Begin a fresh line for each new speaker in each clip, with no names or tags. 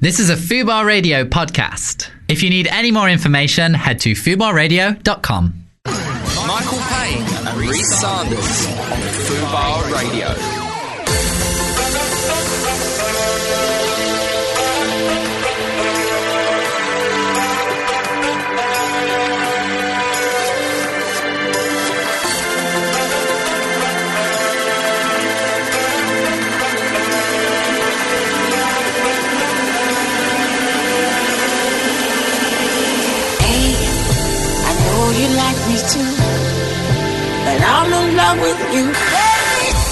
This is a Fubar Radio podcast. If you need any more information, head to fubarradio.com.
Michael Payne and Reese Sanders on Fubar Radio.
Hey, I know you like me too, but I'm in love with you.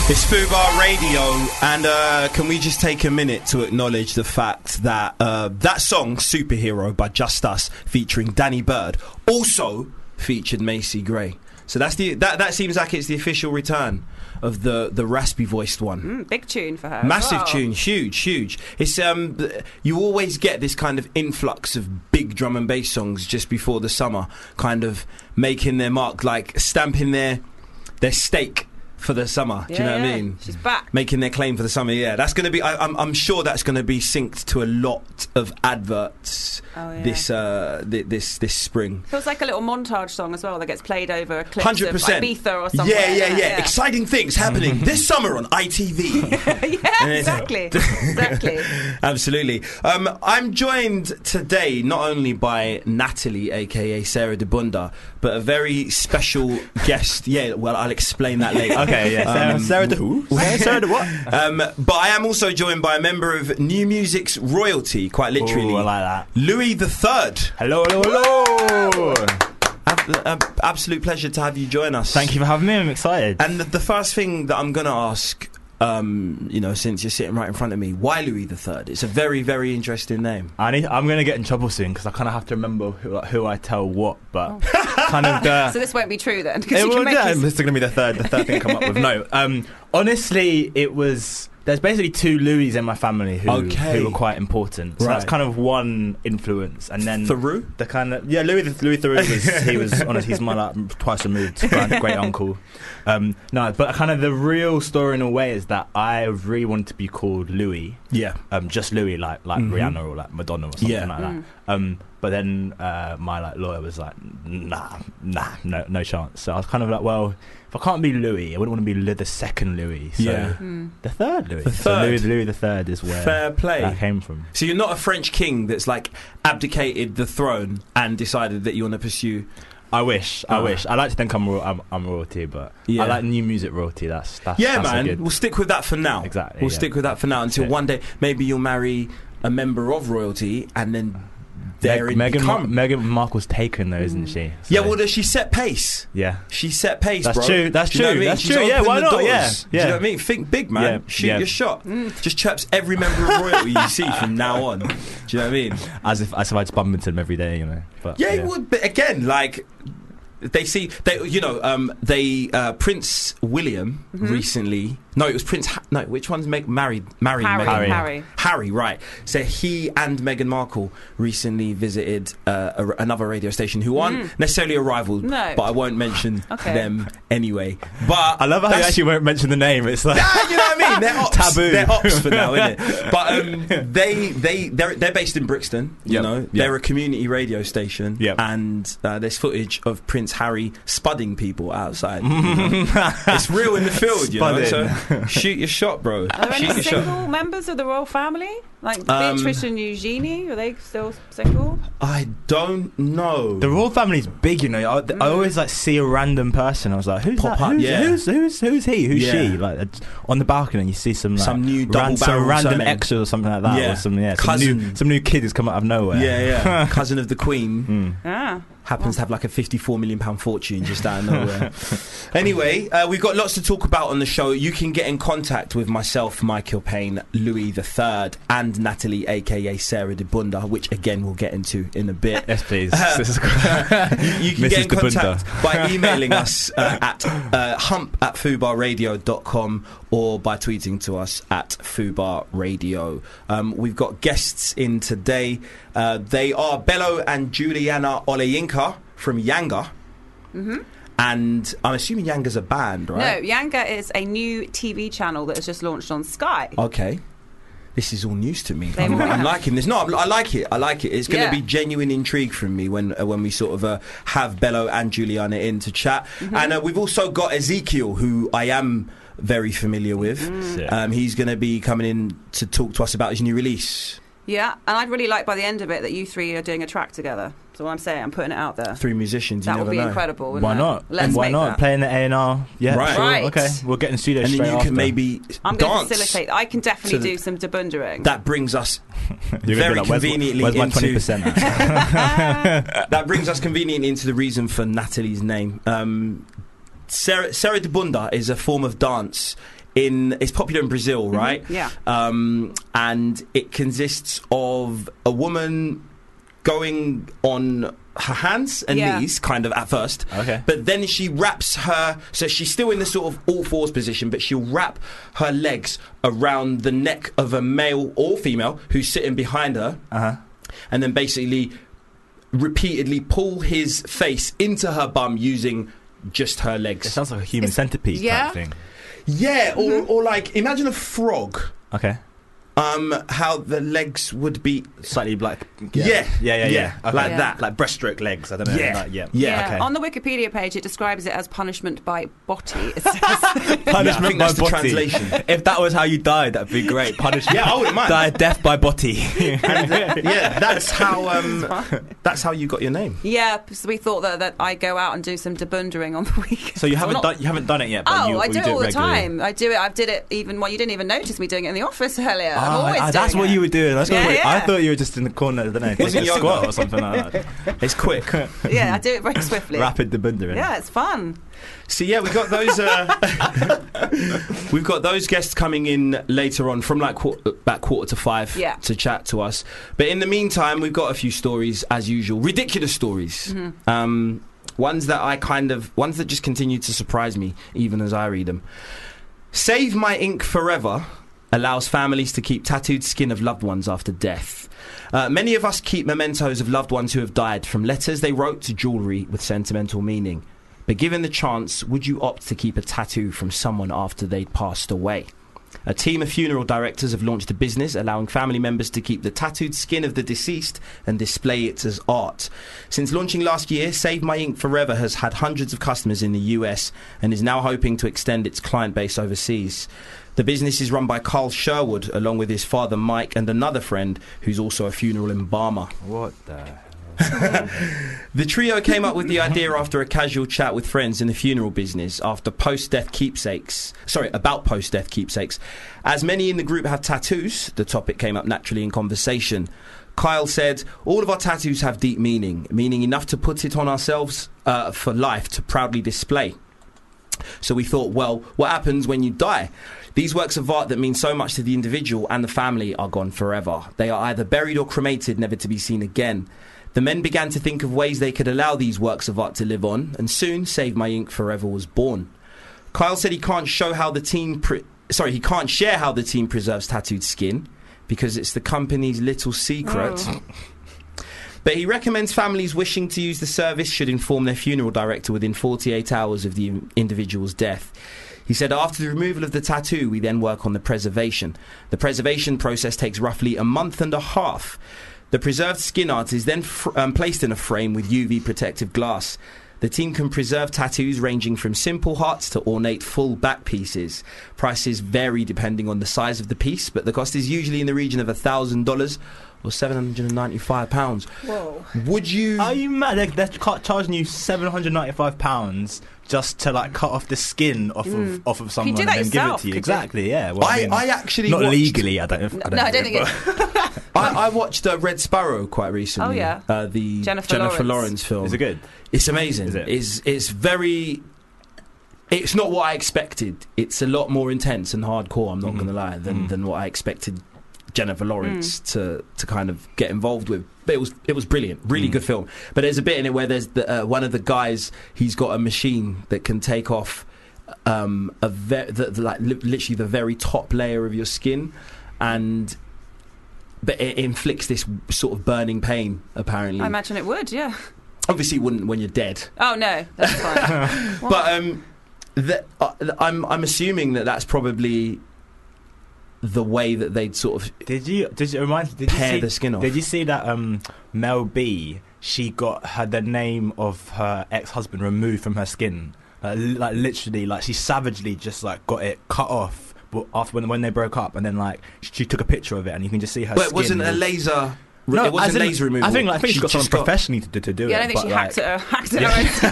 It's Fubar Radio, and uh, can we just take a minute to acknowledge the fact that uh, that song, Superhero by Just Us, featuring Danny Bird, also featured Macy Gray. So that's the that, that seems like it's the official return of the, the raspy voiced one.
Mm, big tune for her. as
Massive
well.
tune, huge, huge. It's um, th- you always get this kind of influx of big drum and bass songs just before the summer, kind of making their mark, like stamping their their stake for the summer. Do you know what
Yeah,
I mean?
She's back.
Making their claim for the summer. Yeah, that's going to be. I, I'm, I'm sure that's going to be synced to a lot of adverts
Oh, yeah.
this uh, th- this this spring.
Feels like a little montage song as well that gets played over clips
Hundred
of
percent.
Ibiza or
Yeah,
something.
yeah, yeah, Exciting things happening this summer on ITV.
yeah,
it's-
exactly. exactly.
Absolutely. Um, I'm joined today not only by Natalie, aka Sarah Debunda, but a very special guest. Yeah, well, I'll explain that later.
Okay, yeah. Sarah,
Um,
Sarah the who? Sarah, Sarah the what?
Um, but I am also joined by a member of New Music's royalty, quite literally.
Ooh, I like that.
Louis the Third.
Hello, hello, hello.
Ab- ab- absolute pleasure to have you join us.
Thank you for having me. I'm excited.
And the, the first thing that I'm going to ask, um, you know, since you're sitting right in front of me, why Louis the Third? It's a very, very interesting name.
I need, I'm going to get in trouble soon because I kind of have to remember who, like, who I tell what, but kind of the.
So this won't be true then, because
It
you can
will-
make
yeah,
this-
this is going to be the third, the third thing I come up with. No, um, honestly, it was. There's basically two Louis in my family who,
Okay.
who were quite important. So that's
Right.
kind of one influence, and then
Theroux?
the kind of yeah, Louis the- Louis Theroux was he was honest. He's my like twice removed grand, great uncle. Um, no, but kind of the real story in a way is that I really wanted to be called Louis,
Yeah.
um, just Louis, like like
Mhm.
Rihanna or like Madonna or something
Yeah.
like that.
Mm.
Um, but then uh, my like lawyer was like, nah, nah, no, no chance. So I was kind of like, well, if I can't be Louis, I wouldn't want to be Lu- the second Louis. So
Yeah.
the third Louis.
The
So Louis,
third.
Louis the third is where
Fair play.
that came from.
So you're not a French king that's like abdicated the throne and decided that you want to pursue.
I wish, I
Ah.
wish. I like to think I'm, ro- I'm, I'm royalty, but
Yeah.
I like new music royalty. That's that's
Yeah,
that's a
man.
good-
We'll stick with that for now.
Exactly,
We'll
yeah.
stick with that for now until
it.
one day maybe you'll marry a member of royalty and then there
Meg-
it
Meghan, Mar-
become.
Meghan Markle's taken though, isn't she? So-
yeah, well, she set pace.
yeah.
She set pace,
That's
bro.
true, that's
Do you know what
true,
I mean?
that's
She's
true, yeah,
opened
why
the
not? Yeah,
doors. Do you
yeah.
know what I mean? Think big, man.
Yeah,
Shoot
yeah.
your shot. Just chirps every member of royalty you see from now on. Do you know what I mean?
As if as if I'd bump into them every day, you know. But,
Yeah, it would. But again, like they see they, you know, um, they uh, Prince William
Mm-hmm.
recently. No, it was Prince. Ha- no, which one's Meg married? Married
Harry,
Meghan?
Harry.
Harry, right? So he and Meghan Markle recently visited uh, a, another radio station who aren't necessarily a rival,
Mm. No.
but I won't mention
Okay.
them anyway. But
I love how you
that's-
actually won't mention the name. It's like
Ah, you know what I mean? They're ops.
Taboo.
They're ops for now, isn't it? But um, they they they're, they're based in Brixton. You
Yep.
know,
Yep.
they're a community radio station.
Yep.
And uh, there's footage of Prince Harry spudding people outside. you know? it's real in the field, you know. So
Spudding.
shoot your shot, bro.
Are there
Shoot
any
your shot.
single members of the royal family? Like
Um,
Beatrice and Eugenie? Are they still single?
I don't know.
the royal family's big, you know. I, I always like see a random person. I was like, who's
Mm. Pop
that?
up,
who's,
yeah.
who's who's who's he? Who's
Yeah.
she? Like it's on the balcony, and you see some like,
Some new double
some
barrel
random
something.
extra or something like that,
Yeah.
or some yeah, some new,
Cousin.
some new kid who's come out of nowhere. Hmm.
yeah, yeah. Cousin of the Queen.
Ah.
happens to have like a 54 million pound fortune just out of nowhere. anyway, uh, we've got lots to talk about on the show. You can get in contact with myself, Michael Payne, Louis the Third, and Natalie, aka Sarah de Bunda, which again we'll get into in a bit.
Yes, please.
Uh,
This is great.
You can
Mrs.
get in
de Bunda.
contact by emailing us uh, at uh, hump at fubarradio.com or by tweeting to us at fubarradio. Um, we've got guests in today. Uh, they are Bello and Juliana Oleyinka from Yanga. And I'm assuming Yanga's a band, right?
No, Yanga is a new TV channel that has just launched on Sky.
Okay. this is all news to me.
They
I'm,
were.
I'm liking this. No, I'm, I like it. I like it. It's going to
Yeah.
be genuine intrigue from me when uh, when we sort of uh, have Bello and Juliana in to chat.
Mm-hmm.
And uh, we've also got Ezekiel, who I am very familiar with.
Mm-hmm. Mm.
Sick.
Uh,
Um, he's going to be coming in to talk to us about his new release,
Yeah, and I'd really like by the end of it that you three are doing a track together. So what I'm saying, I'm putting it out there.
Three Musicians.
that
you
would
never
be
know.
incredible. Wouldn't
Why
it?
not?
Let's
Why
make
not?
That.
Playing the A and R. Yeah,
Right.
sure.
Right.
Okay, we'll get in studio
And then you
straight
can
after.
maybe
I'm going
dance.
to facilitate. I can
So
definitely
the-
do some debundering.
That brings us
You're gonna be
very
like, where's my-
conveniently
Where's my
into-
twenty percent?
Uh, that brings us conveniently into the reason for Natalie's name. Um, Sarah, Sarah de Bunda is a form of dance in it's popular in Brazil, right?
Mm-hmm. yeah.
Um, and it consists of a woman going on her hands and
Yeah.
knees, kind of at first,
Okay.
but then she wraps her, so she's still in the sort of all fours position, but she'll wrap her legs around the neck of a male or female who's sitting behind her,
Uh-huh.
and then basically repeatedly pull his face into her bum using just her
It
legs.
sounds like a human centipede
yeah.
type thing.
Yeah, or,
Mm-hmm.
or like imagine a frog.
Okay.
Um, how the legs would be.
Slightly like
Yeah.
yeah, yeah, yeah,
Yeah. Like
Yeah.
that.
like breaststroke legs. I don't know.
Yeah.
like, yeah,
Yeah,
Okay.
On the Wikipedia page, it describes it as punishment by botti. It says.
Punishment
Yeah, I think
by
that's the
botti.
translation. if that was how you died, that'd be great. Punishment.
Yeah, I wouldn't mind. uh,
Die death by botti.
yeah, that's how. Um, that's how you got your name.
yeah, so we thought that, that I'd go out and do some debundering on the weekend.
so you haven't
not-
done you haven't done it yet. But
Oh,
you,
I
you
do it all the
regularly.
time. I do it. I did it even well. You didn't even notice me doing it in the office earlier. I'm
Ah,
always
ah, that's
doing
what
it.
you were doing. That's what
Yeah,
I- I
yeah.
thought you were just in the corner. I don't know,
Wasn't
taking a
yoga.
squat or something like that.
It's quick.
Yeah, I do it very swiftly.
Rapid debunder.
Yeah, it's fun.
So yeah, we got those. Uh, we've got those guests coming in later on from like quarter, about quarter to five
Yeah.
to chat to us. But in the meantime, we've got a few stories as usual, ridiculous stories. Um, ones that I kind of, ones that just continue to surprise me even as I read them. Save My Ink Forever allows families to keep tattooed skin of loved ones after death. Uh, many of us keep mementos of loved ones who have died, from letters they wrote to jewellery with sentimental meaning. But given the chance, would you opt to keep a tattoo from someone after they'd passed away? A team of funeral directors have launched a business allowing family members to keep the tattooed skin of the deceased and display it as art. Since launching last year, Save My Ink Forever has had hundreds of customers in the US and is now hoping to extend its client base overseas. The business is run by Carl Sherwood along with his father Mike and another friend who's also a funeral embalmer.
What the?
The trio came up with the idea after a casual chat with friends in the funeral business after post death keepsakes. Sorry, about post death keepsakes. As many in the group have tattoos, the topic came up naturally in conversation. Kyle said, All of our tattoos have deep meaning, meaning enough to put it on ourselves uh, for life to proudly display. So we thought, well, what happens when you die? These works of art that mean so much to the individual and the family are gone forever. They are either buried or cremated, never to be seen again. The men began to think of ways they could allow these works of art to live on, and soon Save My Ink Forever was born. Kyle said he can't show how the team, pre- sorry, he can't share how the team preserves tattooed skin because it's the company's little secret. But he recommends families wishing to use the service should inform their funeral director within 48 hours of the individual's death. He said, after the removal of the tattoo, we then work on the preservation. The preservation process takes roughly a month and a half. The preserved skin art is then fr- um, placed in a frame with UV protective glass. The team can preserve tattoos ranging from simple hearts to ornate full back pieces. Prices vary depending on the size of the piece, but the cost is usually in the region of $1,000 or £795.
Whoa.
Would you?
Are you mad? They're, they're ca- charging you seven hundred ninety-five pounds just to like cut off the skin off of off of someone
Mm. do
and
that
then
yourself,
give it to
could
you.
you?
Exactly. Yeah. Well,
I,
mean,
I actually
not
watched,
legally. I don't. I don't
No, I don't
think
think
it-
it.
I, I watched uh, Red Sparrow quite recently.
Oh, yeah.
uh, the Jennifer,
Jennifer
Lawrence.
Lawrence.
film.
Is it good?
It's amazing.
Is it?
It's it's very. It's not what I expected. It's a lot more intense and hardcore. I'm not
Mhm.
going to lie than
Mhm.
than what I expected. Jennifer Lawrence to to kind of get involved with. But it was it was brilliant, really
Mm.
good film. But there's a bit in it where there's the, uh, one of the guys. He's got a machine that can take off um, a ve- the, the, like li- literally the very top layer of your skin, and but it inflicts this sort of burning pain. Apparently,
Mm.
I imagine it would. Yeah.
obviously, it wouldn't when you're dead.
Oh no, that's fine. What?
But um, the, uh, I'm I'm assuming that that's probably the way that they'd sort of
Did you? Did you remind? Did you
Tear
see,
the skin off.
Did you see that? Um, Mel B. She got her the name of her ex husband removed from her skin. Like, li- like literally, like she savagely just like got it cut off. But after when, when they broke up, and then like she, she took a picture of it, and you can just see her.
But it
skin
wasn't a
was-
laser.
No,
it wasn't
as in-
laser removal.
I think like, I think she got
just
someone professionally to, to do
Yeah, I
it.
don't think she
but, like,
hacked it. Her, hacked it.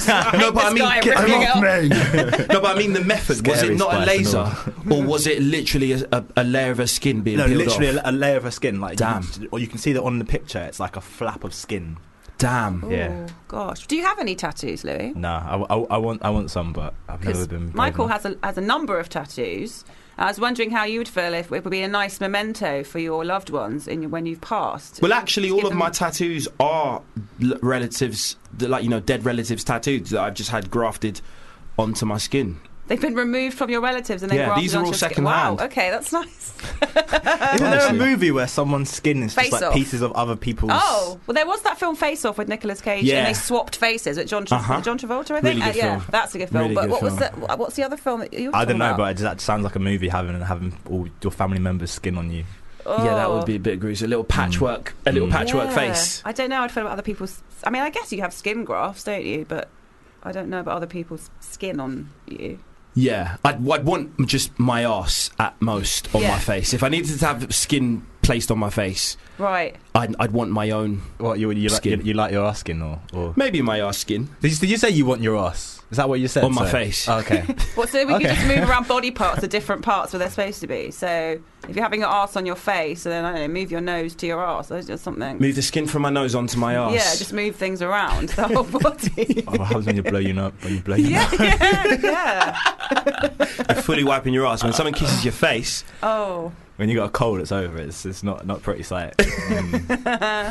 Yeah.
Her
No, but I
this
mean,
guy
get-
ripping
I'm
it up.
no, but I mean the method. Was
Scary
it not a
splice and
laser, or was it literally a, a, a layer of her skin being
No,
peeled
literally
off?
a, a layer of her skin. Like, you
Damn.
can- or you can see that on the picture. It's like a flap of skin.
Damn.
Yeah.
Ooh, Oh, gosh. Do you have any tattoos, Louis?
Nah, I, I, I want I want some, but I've never
Because
been. brave
Michael
enough.
has a, has a number of tattoos. I was wondering how you would feel if it would be a nice memento for your loved ones in, when you've passed.
Well, actually, all
Give
of my
them-
tattoos are l- relatives, the- like you know, dead relatives tattoos that I've just had grafted onto my skin.
They've been removed from your relatives and they've
Yeah,
grafted
these are
onto
all
your skin.
secondhand.
Wow, okay, that's nice.
Isn't there a
Honestly.
movie where someone's skin is
Face
just like
Off.
pieces of other people's?
Oh, well, there was that film Face Off with Nicolas Cage
Yeah.
and they swapped faces at John, Tra-
Uh-huh.
John Travolta, I think.
Really
Uh,
good
yeah,
film.
that's a good film.
Really
but
good
what was
film.
the, what's the other film that you were
I
talking
don't know,
about?
but it, that sounds like a movie having having all your family members' skin on you.
Yeah, that
Oh.
would be a bit gruesome. A little patchwork, a little
Mm.
patchwork
Yeah.
face.
I don't know how I'd feel about other people's. I mean, I guess you have skin grafts, don't you? But I don't know about other people's skin on you.
Yeah, I'd, I'd want just my ass at most on
Yeah.
my face. If I needed to have skin placed on my face,
Right.
I'd, I'd want my own,
What you you like you,
Skin.
you like your ass skin or or?
maybe my ass skin.
Did you, did you say you want your ass? Is that what you said?
On my
sir?
face.
Oh, okay.
Well, so we
Okay.
can just move around body parts to different parts where they're supposed to be. So if you're having your arse on your face, and then I don't know, move your nose to your arse. That's just something.
Move the skin from my nose onto my ass.
yeah, just move things around the whole body.
oh, happens when you blow you up, but you blow you
yeah, yeah, yeah.
You're fully wiping your ass. When someone kisses your face,
Oh.
When you got a cold, it's over. It's it's not not pretty sight. Mm.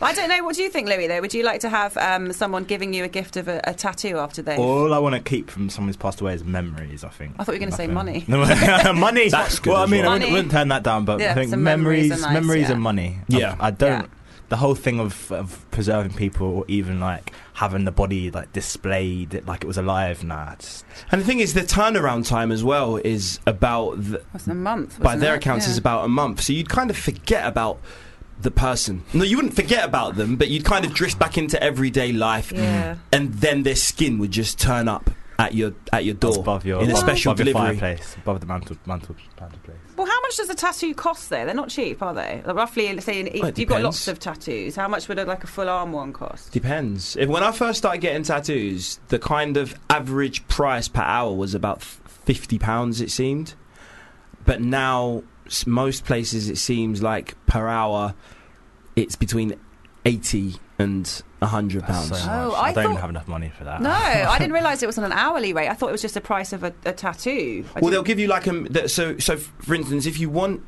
I don't know. What do you think, Louis? Though, would you like to have um, someone giving you a gift of a, a tattoo after they?
All I want to keep from someone who's passed away is memories. I think.
I thought you were gonna say money.
No, money.
That's good
Well, I
as
mean,
well.
I wouldn't,
Money.
wouldn't turn that down, but
Yeah,
I think
so memories
memories,
are
memories,
nice, yeah.
and money. I-
Yeah.
I, don't.
Yeah.
The whole thing of, of preserving people, or even like having the body like displayed it like it was alive. Nah, it's,
and the thing is, the turnaround time as well is about th-
What's a month?
by
wasn't
their
it?
accounts
Yeah.
is about a month. So you'd kind of forget about the person. No, you wouldn't forget about them, but you'd kind of drift back into everyday life,
Yeah.
and then their skin would just turn up at your at your
it's
door
above your
in a
above-
special
above your
delivery.
fireplace, above the mantel, mantel, mantel place.
Well, how much does a tattoo cost though? They're not cheap, are they? Like, roughly, say an,
Well, it
you've got
depends.
lots of tattoos. How much would a, like a full arm one cost?
Depends. If, when I first started getting tattoos, the kind of average price per hour was about f- fifty pounds, it seemed. But now, s- most places it seems like per hour, it's between eighty and hundred
That's so
pounds.
Oh,
much.
I
I, don't
thought-
have enough money for that.
No, I didn't realise it was on an hourly rate. I thought it was just the price of a, a tattoo. I
well, they'll
didn't-
give you like a that- so so. f- For instance, if you want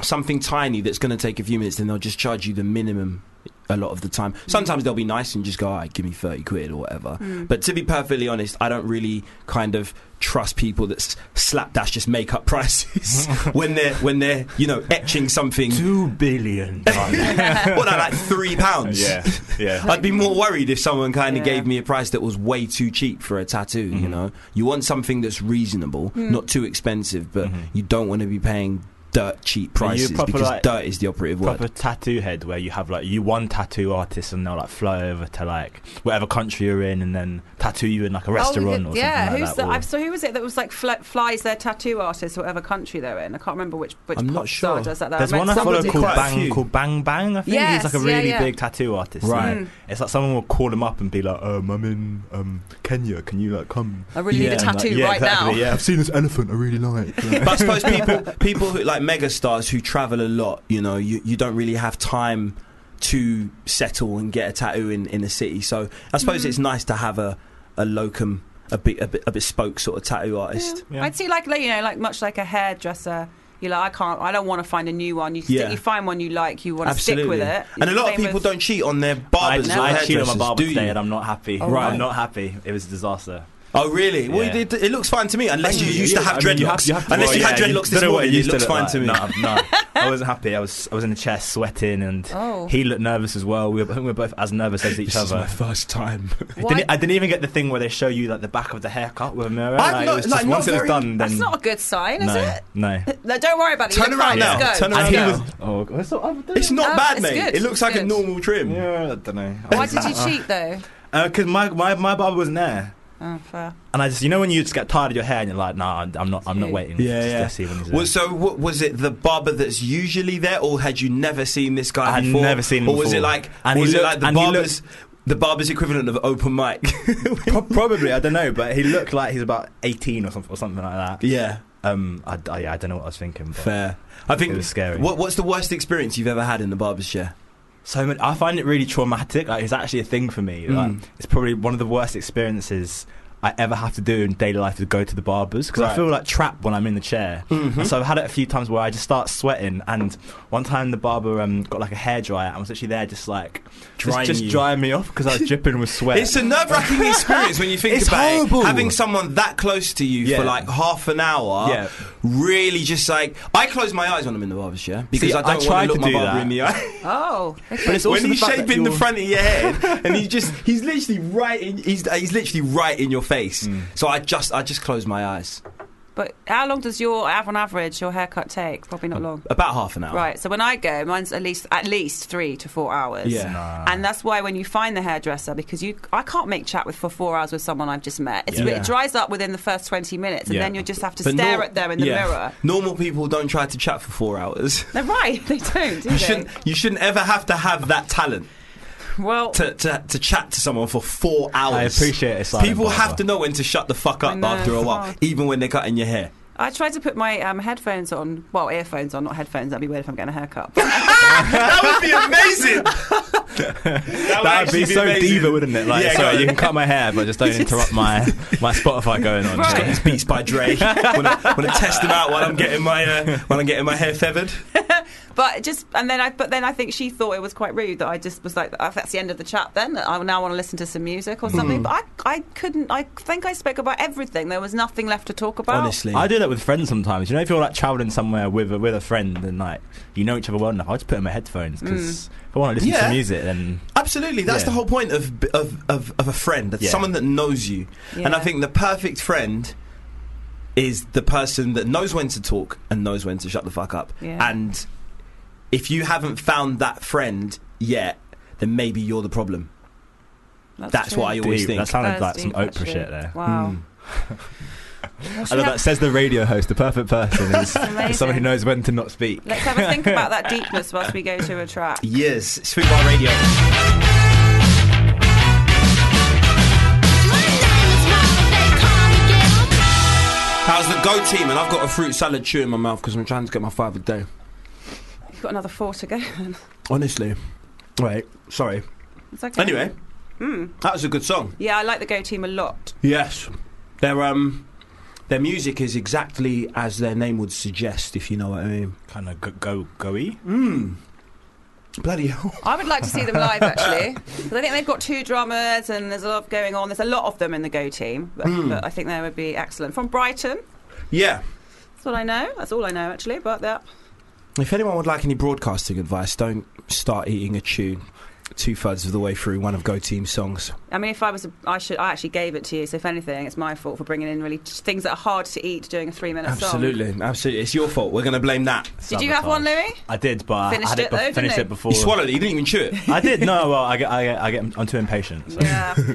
something tiny that's going to take a few minutes, then they'll just charge you the minimum. A lot of the time, sometimes they'll be nice and just go, "All right, give me thirty quid or whatever."
Hmm.
But to be perfectly honest, I don't really kind of trust people that s- slapdash just make up prices when they're when they're you know etching something.
Two billion. dollars.
what are like three pounds?
yeah, yeah.
I'd be more worried if someone kind of
Yeah.
gave me a price that was way too cheap for a tattoo. You
Mhm.
know, you want something that's reasonable,
Mm.
not too expensive, but
Mhm.
you don't want to be paying dirt cheap
Are you
prices
proper,
because
like-
dirt is the operative word.
proper tattoo head where you have like you one tattoo artist and they'll like fly over to like whatever country you're in and then tattoo you in like a
Oh, we
restaurant
did-
or
yeah,
something like
who's
that.
the,
or-
I've- so who was it that was like fl- flies their tattoo artist, whatever country they're in? I can't remember which which
I'm
pop
not
star
sure.
does that. though.
There's
I met
one I follow
somebody-
called
Quite a
Bang,
few.
called Bang Bang. I think
Yes,
he's like a
yeah,
really
yeah.
big tattoo artist.
Right.
and Mm. It's like someone will call him up and be like, um, "I'm in um, Kenya. Can you like come?"
I really need a
And, like,
tattoo
yeah,
right
exactly,
now.
Yeah, I've seen this elephant. I really like. it."
but I suppose people, people who, like megastars who travel a lot, you know, you, you don't really have time to settle and get a tattoo in, in a city. So I suppose
Mm.
it's nice to have a, a locum, a, be, a, be- a bespoke sort of tattoo artist.
Yeah.
I'd see like like, you know like much like a hairdresser. You're like I can't. I don't want to find a new one. You, stick,
Yeah.
you find one you like. You want to stick with it.
And a lot of
Same
people
with-
don't cheat on their
I,
barbers or
I cheated
hairdressers,
on my barber
do
today and
you?
I'm not happy.
Oh, Right.
I'm not happy. It was a disaster.
Oh really? Well,
Yeah.
it, it looks fine to me. Unless you
Yeah,
used to
yeah,
have
I mean, you
dreadlocks.
have- you have to-
Unless
well,
you had
yeah,
dreadlocks
don't
this
know what
morning,
it
it
used to
looks
look
fine
like.
to me.
No, no. I wasn't happy. I was I was in the chair sweating, and
Oh.
he looked nervous as well. We were, I think we were both as nervous as each other.
first time.
Why-
Didn't, I didn't even get the thing where they show you like the back of the haircut with a mirror.
I've
Like,
not-
it was
like,
just
not
once it was
very-
done, then
That's not a good sign, is
no,
it?
no.
No, don't worry about it. you
Turn
look
around
fine,
now.
Let's go.
Turn around
and he
now.
was oh, God, what's up? I don't
It's not
Um,
bad,
it's
mate.
good,
It looks like a
good.
normal trim.
Yeah, I don't know.
Why did you cheat though?
Because Uh, my, my my barber wasn't there,
Oh, fair.
and I just you know when you just get tired of your hair and you're like, nah, I'm not I'm not
Yeah.
waiting.
Yeah,
just
yeah.
To see when he's there.
Well, so w- was it the barber that's usually there, or had you never seen this guy
I had
before?
never seen him
or was it
before.
like,
And he
was it
looked-
like the
and he looked-
barber's, the barber's equivalent of open mic?
Pro- probably I don't know, but he looked like he's about 18 or something or something like that.
yeah,
Um, I, I, I don't know what I was thinking. But
fair. I think
It was scary.
What, what's the worst experience you've ever had in the barber's chair?
So many, I find it really traumatic. Like it's actually a thing for me. Like,
Mm.
It's probably one of the worst experiences I ever have to do in daily life to go to the barbers because
Right. Mm-hmm.
I feel like trapped when I'm in the chair. And so I've had it a few times where I just start sweating. And one time the barber um, got like a hair dryer and was actually there just like
Drying
just,
you.
just drying me off because I was dripping with sweat.
It's a nerve-wracking experience when you think
It's
about
horrible.
it. Having someone that close to you
Yeah.
for like half an hour,
Yeah.
really just like I close my eyes when I'm in the barber's chair because
See,
I
I
don't
tried
want to
to
look my
do
barber
that.
in the eye.
Oh, okay.
but it's also
when
the
he's
fact that
shaping the
you're-
front of your head, and he just—he's literally right in—he's he's literally right in your face.
Mm.
So I just—I just close my eyes.
but how long does your, on average, your haircut take? Probably not long.
About half an hour.
Right. So when I go, mine's at least at least three to four hours.
Yeah.
And that's why when you find the hairdresser, because you, I can't make chat with for four hours with someone I've just met. It's,
Yeah.
It dries up within the first twenty minutes, and
Yeah.
then you just have to
But
stare
nor-
at them in the
yeah.
mirror.
Normal people don't try to chat for four hours.
They're right. They don't. Do
You
they?
shouldn't, you shouldn't ever have to have that talent
Well,
to, to, to chat to someone for four hours.
I appreciate it. silent
People have
barber.
to know when to shut the fuck
I
up
know,
after a
it's
while,
hard.
even when they're cutting your hair.
I tried to put my um, headphones on. Well, earphones on, not headphones. That'd be weird if I'm getting a haircut.
That would be amazing. that would
That would
actually
be so
amazing.
diva, wouldn't it? Like,
Yeah, go
sorry,
on.
you can cut my hair, but just don't interrupt my my Spotify going on.
Right.
Got his beats by Dre. Want to test him out while I'm getting my uh, while I'm getting my hair feathered.
But just and then I but then I think she thought it was quite rude that I just was like "Oh, that's the end of the chat. Then I now want to listen to some music or something.
Hmm.
But I I couldn't. I think I spoke about everything. There was nothing left to talk about.
Honestly,
I do that with friends sometimes. You know, if you're like traveling somewhere with a, with a friend and like you know each other well enough, I just put in my headphones
Mm.
because if I want to listen
Yeah.
to music, then
absolutely. That's
Yeah.
the whole point of of of, of a friend. That's
Yeah.
someone that knows you. And I
Yeah.
think the perfect friend is the person that knows when to talk and knows when to shut the fuck up.
Yeah.
And if you haven't found that friend yet, then maybe you're the problem. That's
true.
what I always
Dude,
think.
that sounded like
That's hmm.
some
deep,
Oprah
actually.
shit there. Hmm.
Wow.
I love that. Says the radio host, the perfect person is, is someone who
amazing.
knows when to not speak.
Let's have a think about that deepness whilst we go to a track.
Yes, Sweet Bar Radio. How's the go team? And I've got a fruit salad chew in my mouth because I'm trying to get my five a day.
You've got another four to go. then.
Honestly. Wait, sorry.
It's okay.
Anyway,
Hmm.
that was a good song.
Yeah, I like the Go Team a lot.
Yes, their um, their music is exactly as their name would suggest, if you know what I mean.
Kind of go go goey.
Bloody hell!
I would like to see them live actually. 'Cause I think they've got two drummers and there's a lot going on. There's a lot of them in the Go Team, but,
Hmm.
but I think they would be excellent. From Brighton,
Yeah.
that's what I know. That's all I know actually about that.
If anyone would like any broadcasting advice, don't start eating a tune two thirds of the way through one of Go Team's songs.
I mean, if I was, a, I should, I actually gave it to you. So if anything, it's my fault for bringing in really just things that are hard to eat during a three-minute song.
Absolutely, absolutely. It's your fault. We're going to blame that.
Did you have one, Louis?
I did, but
Finished
I had
it
it,
though,
bef-
didn't
finished
you?
it before.
You swallowed it. You didn't even chew it.
I did. No, well, I get, I get, I get, I'm too impatient. so-
Yeah, yeah,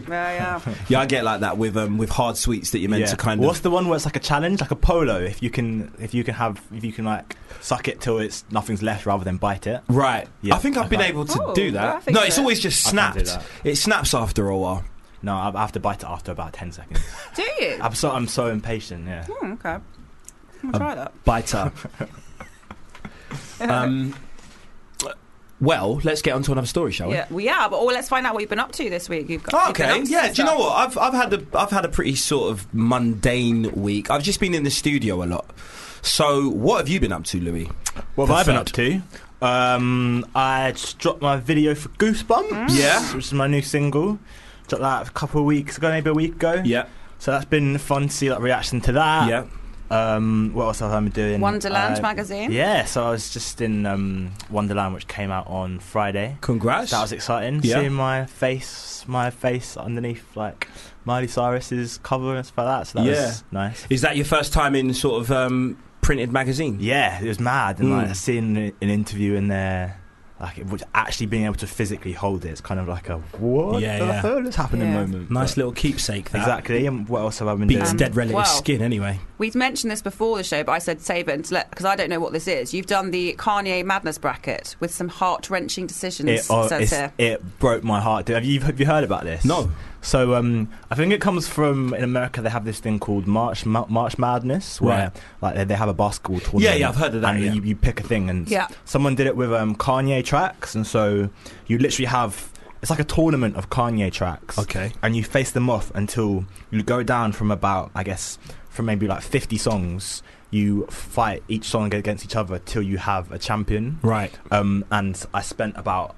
yeah.
yeah, I get like that with um, with hard sweets that you're meant
Yeah.
to kind
What's
of.
the one where it's like a challenge, like a polo? If you can, if you can have, if you can like suck it till it's nothing's left, rather than bite it.
Right.
Yeah,
I think I've been
okay.
able to
Oh,
do
yeah, I
that.
think
no, it's
so.
always just
I can't do
snapped. It snaps after a while.
No, I I have to bite it after about ten seconds.
Do you?
I'm so, I'm so impatient. Yeah.
Hmm, okay,
Um,
I'll try that.
Bite up. um, well, let's get on to another story, shall we?
Yeah, we are. But oh, let's find out what you've been up to this week. You've got
Oh,
you've been
okay.
up to
Yeah. Do you know
stuff.
what? I've I've had a I've had a pretty sort of mundane week. I've just been in the studio a lot. So, what have you been up to, Louis?
What have I been up
Preferred.
to? Um, I just dropped my video for Goosebumps.
Hmm.
Yeah.
Which is my new single. Dropped that a couple of weeks ago, maybe a week ago.
Yeah.
So that's been fun to see that reaction to that.
yeah.
Um, what else have I been doing?
Wonderland
Uh,
magazine.
Yeah, so I was just in um, Wonderland, which came out on Friday.
Congrats.
That was exciting.
Yeah.
Seeing my face, my face underneath like Miley Cyrus's cover and stuff like that. So that
Yeah.
was nice.
Is that your first time in sort of um, printed magazine?
Yeah, it was mad, and
Mm.
like seeing an interview in there, like it was actually being able to physically hold it. It's kind of like a what
Yeah,
the
yeah.
hell is happening
Yeah.
moment.
Nice
But-
little keepsake. That
exactly. And what else have I been
beats
doing?
dead relative
Wow.
skin anyway.
We've mentioned this before the show, but I said save it and let because I don't know what this is. You've done the Kanye madness bracket with some heart wrenching decisions.
It, oh,
says
it's-
here.
it broke my heart. Dude, Have you have you heard about this?
No.
So um, I think it comes from in America they have this thing called March Ma- March Madness where like they, they have a basketball tournament.
Yeah, yeah, I've heard of that,
And
yeah.
you, you pick a thing and
Yeah.
someone did it with um, Kanye tracks and so you literally have it's like a tournament of Kanye tracks.
Okay.
And you face them off until you go down from about I guess from maybe like 50 songs you fight each song against each other till you have a champion.
Right.
Um, and I spent about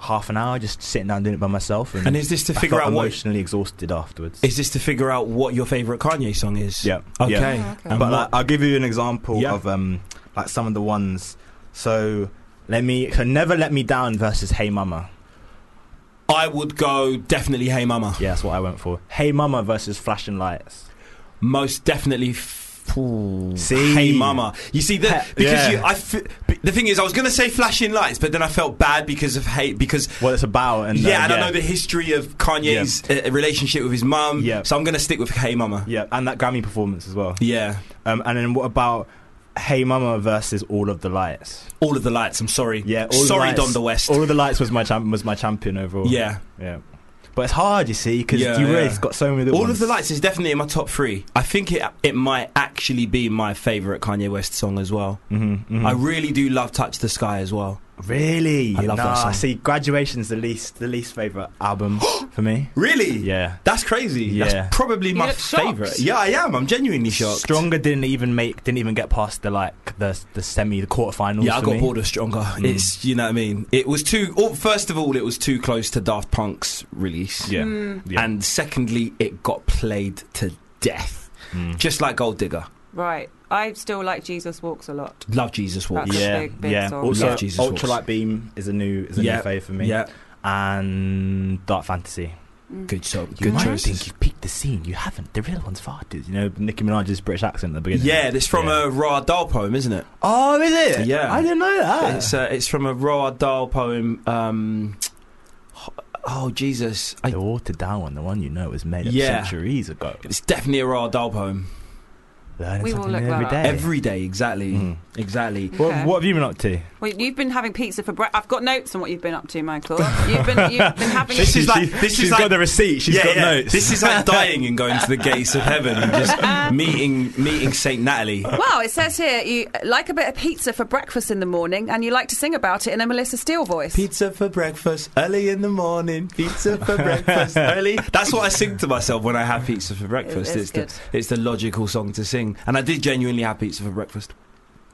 half an hour just sitting down doing it by myself. And,
And is this to
I
figure
felt
out what?
emotionally exhausted afterwards.
Is this to figure out what your favorite Kanye song is?
yeah.
Okay.
yeah.
And
But like,
what-
I'll give you an example
Yeah.
of um, like some of the ones. So let me. So never let me down versus Hey Mama.
I would go definitely Hey Mama.
Yeah, that's what I went for. Hey Mama versus Flashing Lights.
Most definitely. F- ooh.
See?
Hey Mama. You see the
He-
because
yeah.
you I f- b- the thing is I was going to say flashing lights but then I felt bad because of hate because
What it's about and
yeah,
uh,
and I know the history of Kanye's uh, relationship with his mum.
Yeah.
So I'm going to stick with Hey Mama.
yeah, and that Grammy performance as well.
Yeah.
Um, and then what about Hey Mama versus All of the Lights?
All of the lights. I'm sorry.
Yeah, all
Sorry,
the lights,
Don the West.
All of the lights was my champ- was my champion overall.
yeah.
yeah. But it's hard, you see, because
Yeah,
you really
yeah.
got so many. Little
All
ones.
of the lights is definitely in my top three. I think it it might actually be my favorite Kanye West song as well.
Mhm, mhm.
I really do love Touch the Sky as well.
really,
I love that
Nah,
song.
See, graduation's the least the least favorite album for me.
Really?
Yeah,
That's crazy.
Yeah.
That's probably my
look shocked.
favorite. Yeah, I am. I'm genuinely shocked.
Stronger didn't even make didn't even get past the like the the semi the quarterfinals.
Yeah, I
for
got
me. Mm.
bored of Stronger. It's you know what I mean. It was too. Oh, first of all, it was too close to Daft Punk's release.
Yeah,
Hmm.
yeah.
And secondly, it got played to death.
Mm.
Just like Gold Digger.
Right. I still like Jesus Walks a lot.
Love Jesus Walks.
That's a
yeah,
big, big
yeah.
song.
Also,
Love Jesus
Ultralight
Walks.
Beam is a new is a
Yeah,
new fave for me.
Yeah,
and Dark Fantasy.
good song.
You
Good
might
choices.
think you've picked the scene. You haven't. The real one's far, dude. You know, Nicki Minaj's British accent at the beginning.
Yeah, it's from a Roald Dahl poem, isn't it?
Oh, is it?
Yeah.
I didn't know that.
It's uh, it's from a Roald Dahl poem. Um, oh Jesus! I,
the watered down one, the one you know was made up
Yeah.
centuries ago.
it's definitely a Roald Dahl poem.
Learning
We will look
something new every
that
day.
up.
Every day, exactly,
Mm.
exactly.
What,
Okay.
what have you been up to?
Well, you've been having pizza for breakfast. I've got notes on what you've been up to, Michael. You've been you've been having.
This is like-
She-
this is
she's
like-
got the receipt. She's
Yeah,
got
yeah.
notes.
This is like dying and going to the gates of heaven and just meeting meeting Saint Natalie.
Wow, it says here you like a bit of pizza for breakfast in the morning, and you like to sing about it in a Melissa Steele voice.
Pizza for breakfast early in the morning. Pizza for breakfast early. That's what I sing to myself when I have pizza for breakfast.
it's
It's,
good.
the it's the logical song to sing, and I did genuinely have pizza for breakfast.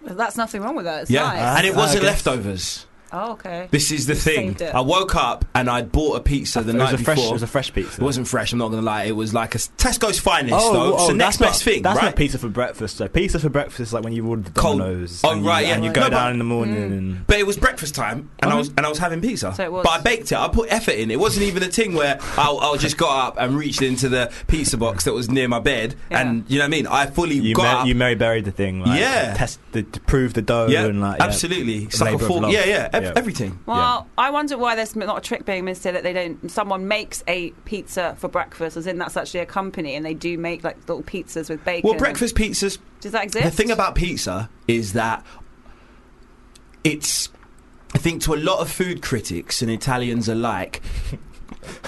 That's nothing wrong with that. It's
yeah, Uh-huh.
nice.
and it
Ah,
wasn't
I guess.
leftovers.
Oh, okay.
This is the thing.
saved it.
I woke up and I'd bought a pizza the
it was
night
a fresh.
before.
It was a fresh pizza.
It wasn't fresh. I'm not gonna lie. It was like a s- Tesco's finest. though. it's the next
Oh, that's not-
best thing,
That's
right?
not pizza for breakfast. So pizza for breakfast is like when you order the
Cold.
Domino's.
Oh,
and you,
right, yeah.
And you go
No, but-
down in the morning.
Mm.
And
but it was breakfast time, and I was and I was having pizza.
Mm-hmm. So it was.
But I baked it. I put effort in. It wasn't even a thing where I I just got up and reached into the pizza box that was near my bed,
Yeah.
and you know what I mean. I fully
you,
got
mar-
up.
you Mary buried the thing. Like,
Yeah.
Test the, to prove the dough
yeah,
and like yeah,
absolutely. It's like a
labour of
fork.
love.
Yeah, yeah, ev- everything.
Well, I wonder why there's not a trick being missed here that they don't. Someone makes a pizza for breakfast, as in that's actually a company, and they do make like little pizzas with bacon.
Well, breakfast pizzas.
Does that exist?
The thing about pizza is that it's, I think, to a lot of food critics and Italians alike,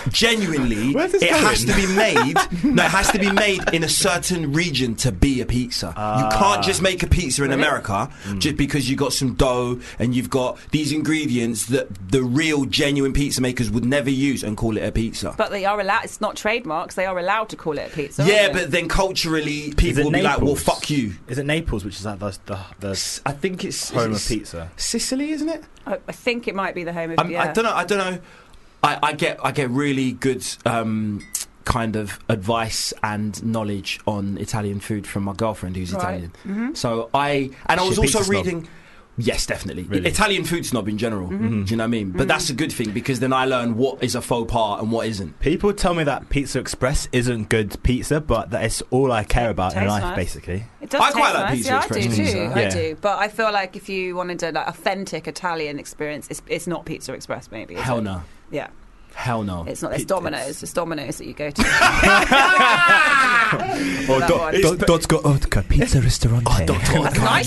genuinely,
Where's this
it has to
going?
be made. no, it has to be made in a certain region to be a pizza. you can't just make a pizza in
Really?
America just because you got some dough and you've got these ingredients that the real, genuine pizza makers would never use and call it a pizza.
But they are allowed. It's not trademarks. They are allowed to call it a pizza.
yeah,
aren't they?
but then culturally,
Is it
people will be like, "Well,
Naples?
fuck you."
Is it Naples, which is like the the, the
I think it's
home of
it's-
pizza?
Sicily, isn't it?
I, I think it might be the home of.
I'm,
yeah.
I don't know. I don't know. I, I get I get really good um, kind of advice and knowledge on Italian food from my girlfriend who's
Right. Mm-hmm.
Italian. So I and I
She
was
a pizza
also
snob?
reading. Yes, definitely.
Really?
Italian food snob in general.
Mm-hmm.
Do you know what I mean? But that's a good thing because then I learn what is a faux pas and what isn't.
People tell me that Pizza Express isn't good pizza, but that is all I care about in
tastes
life,
nice.
basically.
It does
I quite
taste
like
nice.
pizza
yeah, I
express
do too.
pizza.
Yeah.
I do, but I feel like if you wanted a like authentic Italian experience, it's, it's not Pizza Express. Maybe is
Hell
it?
no.
Yeah,
Hell no.
it's not. It's
It-
Domino's.
it's-
It's Domino's that you go to.
Or
That
Do-
one.
Do- Dotko Otka Pizza Restaurant.
I,
That's nice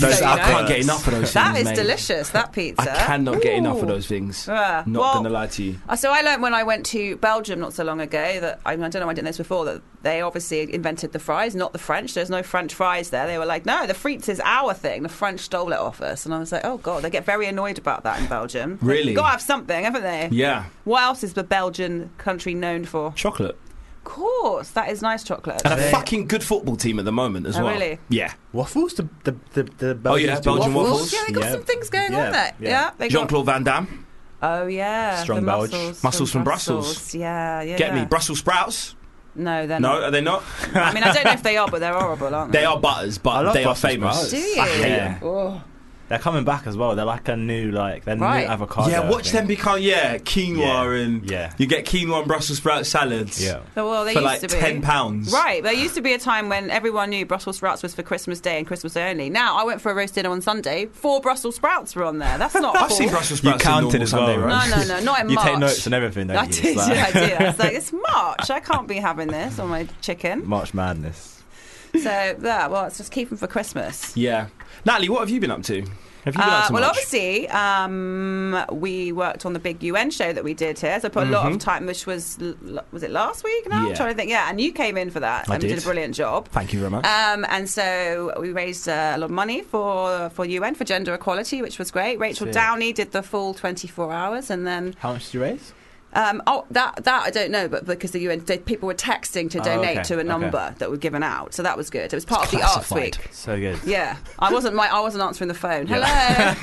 can't-
though,
I
you
can't
know.
get enough of those
that
things.
is
mate.
delicious. That pizza.
I cannot get enough
Ooh.
of those things.
Yeah.
Not
Well,
gonna lie to you.
Uh, So I learned when I went to Belgium not so long ago that I, mean, I don't know why I didn't know this before that they obviously invented the fries, not the French. There's no French fries there. They were like, no, the frites is our thing. The French stole it off us, and I was like, oh god, they get very annoyed about that in Belgium.
Really?
got to have something, haven't they?
Yeah.
What else is the Belgian country known for?
Chocolate.
Of course, that is nice chocolate.
And a fucking good football team at the moment as
Oh,
well.
really?
Yeah.
Waffles? The, the, the, the Belgians
Oh, yeah,
do
Belgian waffles.
Yeah, they got
Yeah.
some things going
Yeah,
on there.
yeah.
Yeah, they
Jean
got.
Claude Van Damme.
Oh yeah,
Strong
the
Belge.
muscles,
Muscles from Brussels.
Yeah, yeah.
Get me.
yeah.
Brussels sprouts?
no, they're
No,
not.
are they not?
I mean, I don't know if they are, but they're horrible, aren't they?
They are butters,
I
but
love
they are
Brussels
famous.
sprouts.
Do you?
I hate them.
Oh.
They're coming back as well. They're like a new, like, they're
Right.
new avocado.
yeah,
I
watch them
think.
become yeah quinoa
Yeah,
and
yeah.
you get quinoa and Brussels sprout salads
Yeah.
Oh, well, they
for
used
like
to be.
ten pounds.
Right, there used to be a time when everyone knew Brussels sprouts was for Christmas Day and Christmas Day only. Now I went for a roast dinner on Sunday. Four Brussels sprouts were on there. That's not.
I've
cool.
seen Brussels
You
sprouts in
counted
normal
as well,
Sunday,
right?
No,
right?
no, no, not in
You
March.
take notes and everything, don't
I
you? It's
did,
like-
yeah, I did. I was like, it's March. I can't be having this on my chicken.
March Madness.
So, yeah, well, it's just keep them for Christmas.
Yeah, Natalie, what have you been up to? Have you been up
Uh,
to
well,
much?
obviously, um, we worked on the big UN show that we did here, so I put a lot of time, which was l- was it last week? Now
Mm-hmm. Yeah.
I'm trying to think. Yeah, and you came in for that
I
and you
did.
did a brilliant job.
Thank you very much.
Um, and so we raised uh, a lot of money for, for UN for gender equality, which was great. Rachel
Sick.
Downey did the full 24 hours, and then
How much did you raise?
um, oh that that I don't know, but because the UN did, people were texting to
Oh,
donate
okay,
to a
okay.
number that were given out, so that was good. It was part of the Arts
classified.
Week.
So good.
Yeah, I wasn't. My, I wasn't answering the phone. Hello.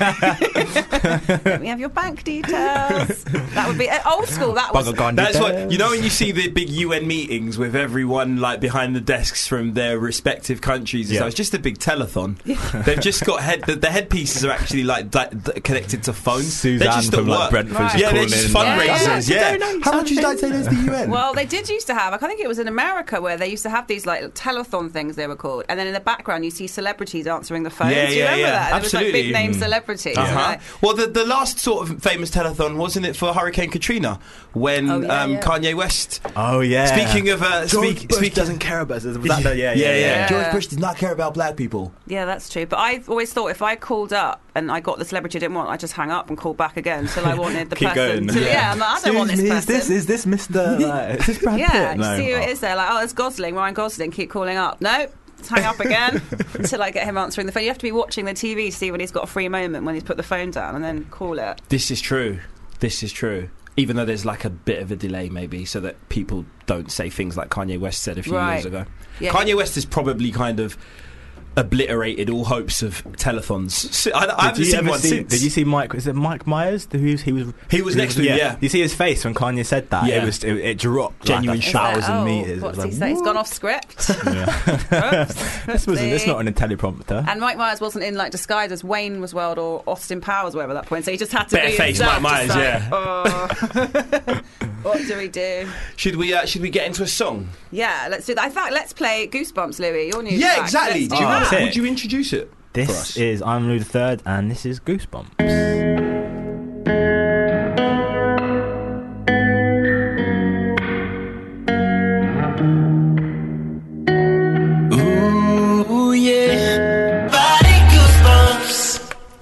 Let me have your bank details. That would be uh, old school. That was.
That's what you know when you see the big UN meetings with everyone like behind the desks from their respective countries. and
Yeah.
stuff, It's just a big telethon. They've just got head. The, the headpieces are actually like di- di- connected to phones.
Suzanne
they're just at
from, like,
work.
Brentford's
Right. just
Yeah, they're
calling
just
in, like,
fundraisers. Yeah.
How much did I say there's the UN?
Well, they did used to have. I think it was in America where they used to have these like telethon things they were called, and then in the background you see celebrities answering the phone.
Yeah,
Do you
yeah,
remember
yeah.
that? It was
Absolutely.
like big name
Mm.
celebrities.
Uh-huh.
Like,
Well, the, the last sort of famous telethon wasn't it for Hurricane Katrina when
Oh, yeah,
um,
yeah.
Kanye West?
oh yeah.
Speaking of uh, speak, speaking,
care about us.
yeah, yeah, George Bush does not care about black people.
yeah, that's true. But I've always thought if I called up and I got the celebrity I didn't want, I would just hang up and call back again until I wanted the
Keep
person.
going.
To,
Yeah.
yeah. I'm like, I don't want this person.
is this is this Mr. Like, is this Brad
Yeah,
Pitt?
you see who it is there. Like, oh, it's Gosling, Ryan Gosling. Keep calling up. No, let's hang up again until I get him answering the phone. You have to be watching the TV to see when he's got a free moment when he's put the phone down and then call it.
This is true. This is true. Even though there's like a bit of a delay, maybe, so that people don't say things like Kanye West said a few
Right.
years ago.
Yeah.
Kanye West has probably kind of obliterated all hopes of telethons. I, I
Did
haven't
you
seen
ever
one
see-
since.
Did you see Mike? Is it Mike Myers? The- Who's he was?
He was next to him, yeah.
You see his face when Kanye said that.
Yeah.
It was it, it dropped
Genuine
like a
shock.
thousand
oh,
meters.
What's
it
he
was
say?
like,
He's gone off script. Oops,
this wasn't. It's
oopsie.
not an teleprompter.
And Mike Myers wasn't in like disguise as Wayne was world or Austin Powers were at that point, so he just had to
Bare
be
face,
himself,
Mike
just
Myers,
like, oh. what do we do?
Should we? Uh, should we get into a song?
Yeah, let's do that. In fact, let's play Goosebumps, Louis. Your new
yeah,
track.
exactly.
Let's
Do you-
do
that.
would you introduce it? for us?
This is I'm Lou the Third, and this is Goosebumps.
Ooh, yeah.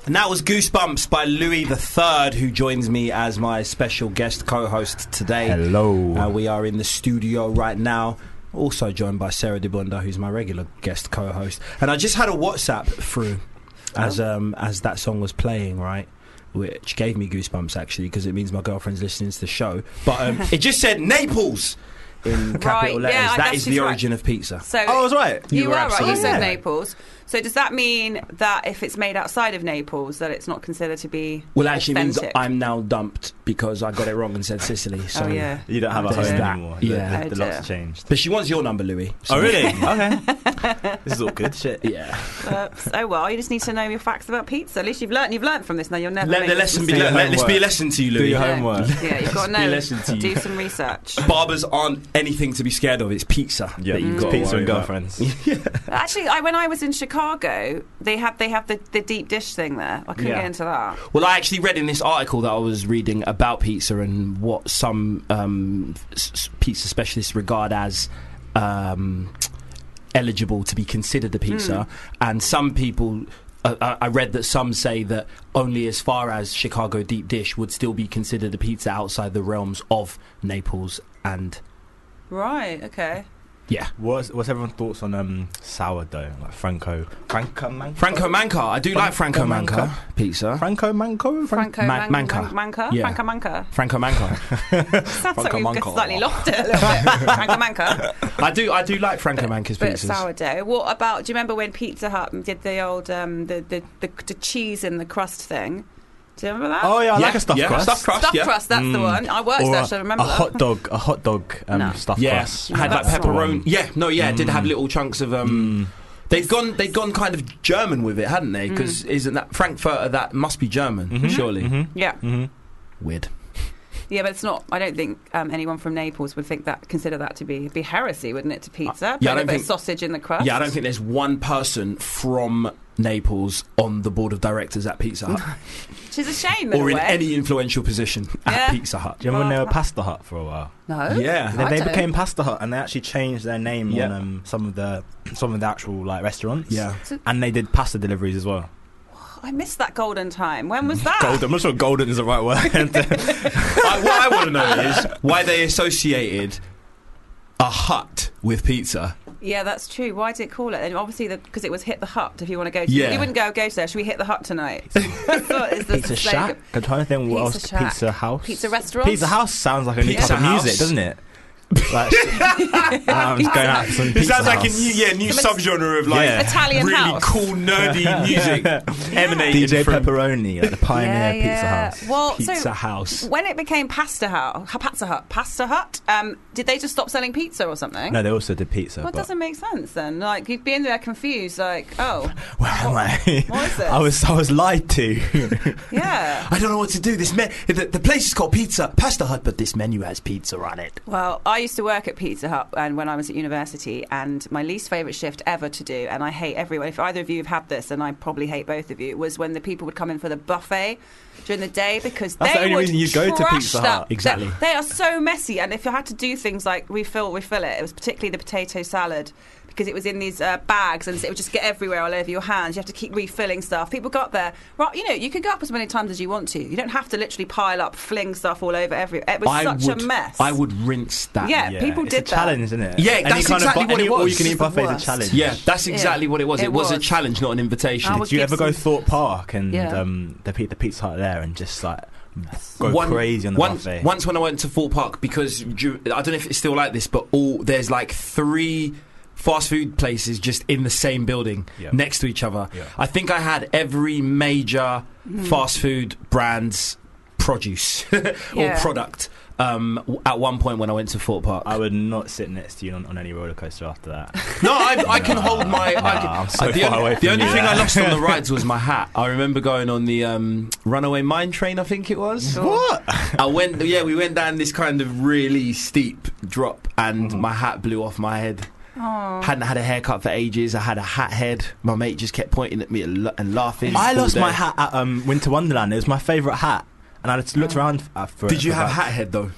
And that was Goosebumps by Louis III, who joins me as my special guest co-host today.
Hello.
Uh, we are in the studio right now, also joined by Sarah Dibonda, who's my regular guest co-host. And I just had a WhatsApp through as um, as that song was playing, right? Which gave me goosebumps actually, because it means my girlfriend's listening to the show. But um, it just said Naples in capital
Right, yeah,
letters. that
I guess
is
she's
the
right.
origin of pizza.
So
Oh, I was right.
You,
You were
were right. You
absolutely
said
right.
Naples. So does that mean that if it's made outside of Naples, that it's not considered to be
Well, actually, it means
authentic?
I'm now dumped because I got it wrong and said Sicily. So.
oh yeah.
You don't have a
Oh,
home
dear.
anymore.
Yeah.
The, the,
Oh,
the locks
dear.
changed.
But she wants your number, Louis. So-
Oh really? okay. This is all good shit.
Yeah.
Uh, oh well, you just need to know your facts about pizza. At least you've learned. You've learned from this. Now you'll never.
Let
make
the
this
lesson be
mistake.
Do
learned.
your
Let this be a
homework.
lesson to you,
Do
Louis.
your homework.
Yeah, you've got to
Be a
know.
lesson to you.
Do some research.
Barbers aren't anything to be scared of. It's pizza
Yeah,
that you've got to
pizza
worry
and
about.
girlfriends.
Actually, I, when I was in Chicago, they have they have the, the deep dish thing there. I couldn't
Yeah.
get into that.
Well, I actually read in this article that I was reading about pizza and what some um, s- s- pizza specialists regard as um, eligible to be considered a pizza, and some people. Uh, I- I read that some say that only as far as Chicago deep dish would still be considered a pizza outside the realms of Naples and
Right. Okay.
What's what's everyone's thoughts on um sourdough? Like Franco, Franco Manco,
Franco Manca. I do like Franco
Franco
Manca
Manca.
pizza.
Franco Manco, Franco.
Franco
Man-
Man-
Manca.
Man- Manca.
Yeah.
Franco Manca.
Franco Manca.
Sounds like
Franco
we've
Manca.
slightly lost it a little bit. Franco Manca.
I do. I do like Franco Manca's
But
pizzas.
sourdough. What about? Do you remember when Pizza Hut did the old um, the, the, the the cheese in the crust thing? Do you remember that?
Oh yeah, I
Yeah,
like a stuffed
yeah,
crust.
stuffed crust.
Stuffed
yeah.
crust. That's the
Mm.
one. I worked
Or
there.
a-
so Oh, I remember
a
that.
hot dog, a hot dog um,
No.
stuffed
Yes,
crust.
had like
That's the
pepperoni.
one.
Yeah, no, yeah, it did have
Mm.
little chunks of um.
Mm.
They'd gone, they'd gone kind of German with it, hadn't they? Because isn't that Frankfurter? That must be German,
Mhm.
surely.
Mm-hmm.
Yeah,
Mm-hmm.
Weird.
yeah, but it's not. I don't think um, anyone from Naples would think that consider that to be be heresy, wouldn't it? To pizza,
yeah, I
Put a
don't
bit of
think-
sausage in the crust.
Yeah, I don't think there's one person from Naples on the board of directors at Pizza Hut,
Which is a shame. in
or
a
in
way.
any influential position at
Yeah.
Pizza Hut.
Do you remember when they were Pasta Hut for a while?
No.
Yeah,
I
They, they
don't.
became Pasta Hut, and they actually changed their name
Yeah.
on um, some of the some of the actual like restaurants.
yeah.
and they did pasta deliveries as well.
I missed that golden time. When was that?
Golden, I'm not sure golden is the right word.
I, what I want to know is why they associated a hut with pizza.
Yeah, that's true. Why did it call it? And obviously, because it was hit the hut. If you want to go, to,
Yeah.
you wouldn't go go to there. Should we hit the hut tonight? That's what is the
pizza
slogan.
shack. I'm trying to think what
Pizza
else.
shack.
Pizza house.
Pizza restaurant?
Pizza house sounds like a new
Pizza
type
house.
of music, doesn't it? Like, I'm just going out for some pizza
It sounds like a
house.
new, yeah, new
It's-
subgenre of like
Yeah.
Italian
really
house.
cool nerdy music emanated
DJ
from
Pepperoni, like the pioneer
Yeah, yeah.
pizza house.
Well, so
Pizza House.
when it became Pasta Hut, Pasta Hut, Pasta Hut, um, did they just stop selling pizza or something?
No, they also did pizza.
Well, it
but
doesn't make sense then. Like you'd be in there confused, like, oh,
where am I?
What is this?
I was I was lied to.
yeah.
I don't know what to do. This me- the, the place is called Pizza Pasta Hut, but this menu has pizza on it.
Well, I used to work at Pizza Hut, and when I was at university, and my least favorite shift ever to do, and I hate everyone. If either of you have had this, and I probably hate both of you, was when the people would come in for the buffet during the day because
That's
they
the only
would
reason you go to
trash
Pizza
that-
Hut. Exactly.
They are so messy, and if you had to do things like refill, refill it, it was particularly the potato salad. Because it was in these uh, bags and it would just get everywhere all over your hands. You have to keep refilling stuff. People got there, right? You know, you can go up as many times as you want to. You don't have to literally pile up, fling stuff all over every. It was such
would,
a mess.
I would rinse that.
Yeah. people
it's
did
a
that.
challenge, isn't it?
Yeah,
Any
that's
kind of
exactly
bu-
what it
any
was.
All you can
It's
eat
the
buffet is a
worst.
challenge.
Yeah, that's exactly
Yeah.
what it was. It,
It
was. a
was.
challenge, not an invitation.
I
Did
would
you
give
ever go
some-
Thought Park and
Yeah.
um, the, pe- the pizza hut there and just like go crazy on the
once,
buffet?
Once when I went to Fort Park, because du- I don't know if it's still like this, but all there's like three fast food places just in the same building
Yeah.
next to each other.
Yeah.
I think I had every major fast food brand's produce or
Yeah.
product um, w- at one point when I went to Fort Park.
I would not sit next to you on, on any roller coaster after that.
No, I, I can hold my. I can,
Nah, I'm so
I- Uh, the
far
only,
away
the
from
only
you
thing
now.
I lost on the rides was my hat. I remember going on the um, Runaway Mine Train. I think it was.
What?
I went. Yeah, we went down this kind of really steep drop, and
Mm-hmm.
my hat blew off my head. Hadn't had a haircut for ages. I had a hat head. My mate just kept pointing at me and la- and laughing.
I
all
lost
day.
my hat at um, Winter Wonderland. It was my favourite hat, and I just looked around f- uh, for it.
Did you
for
have
about-
hat head though?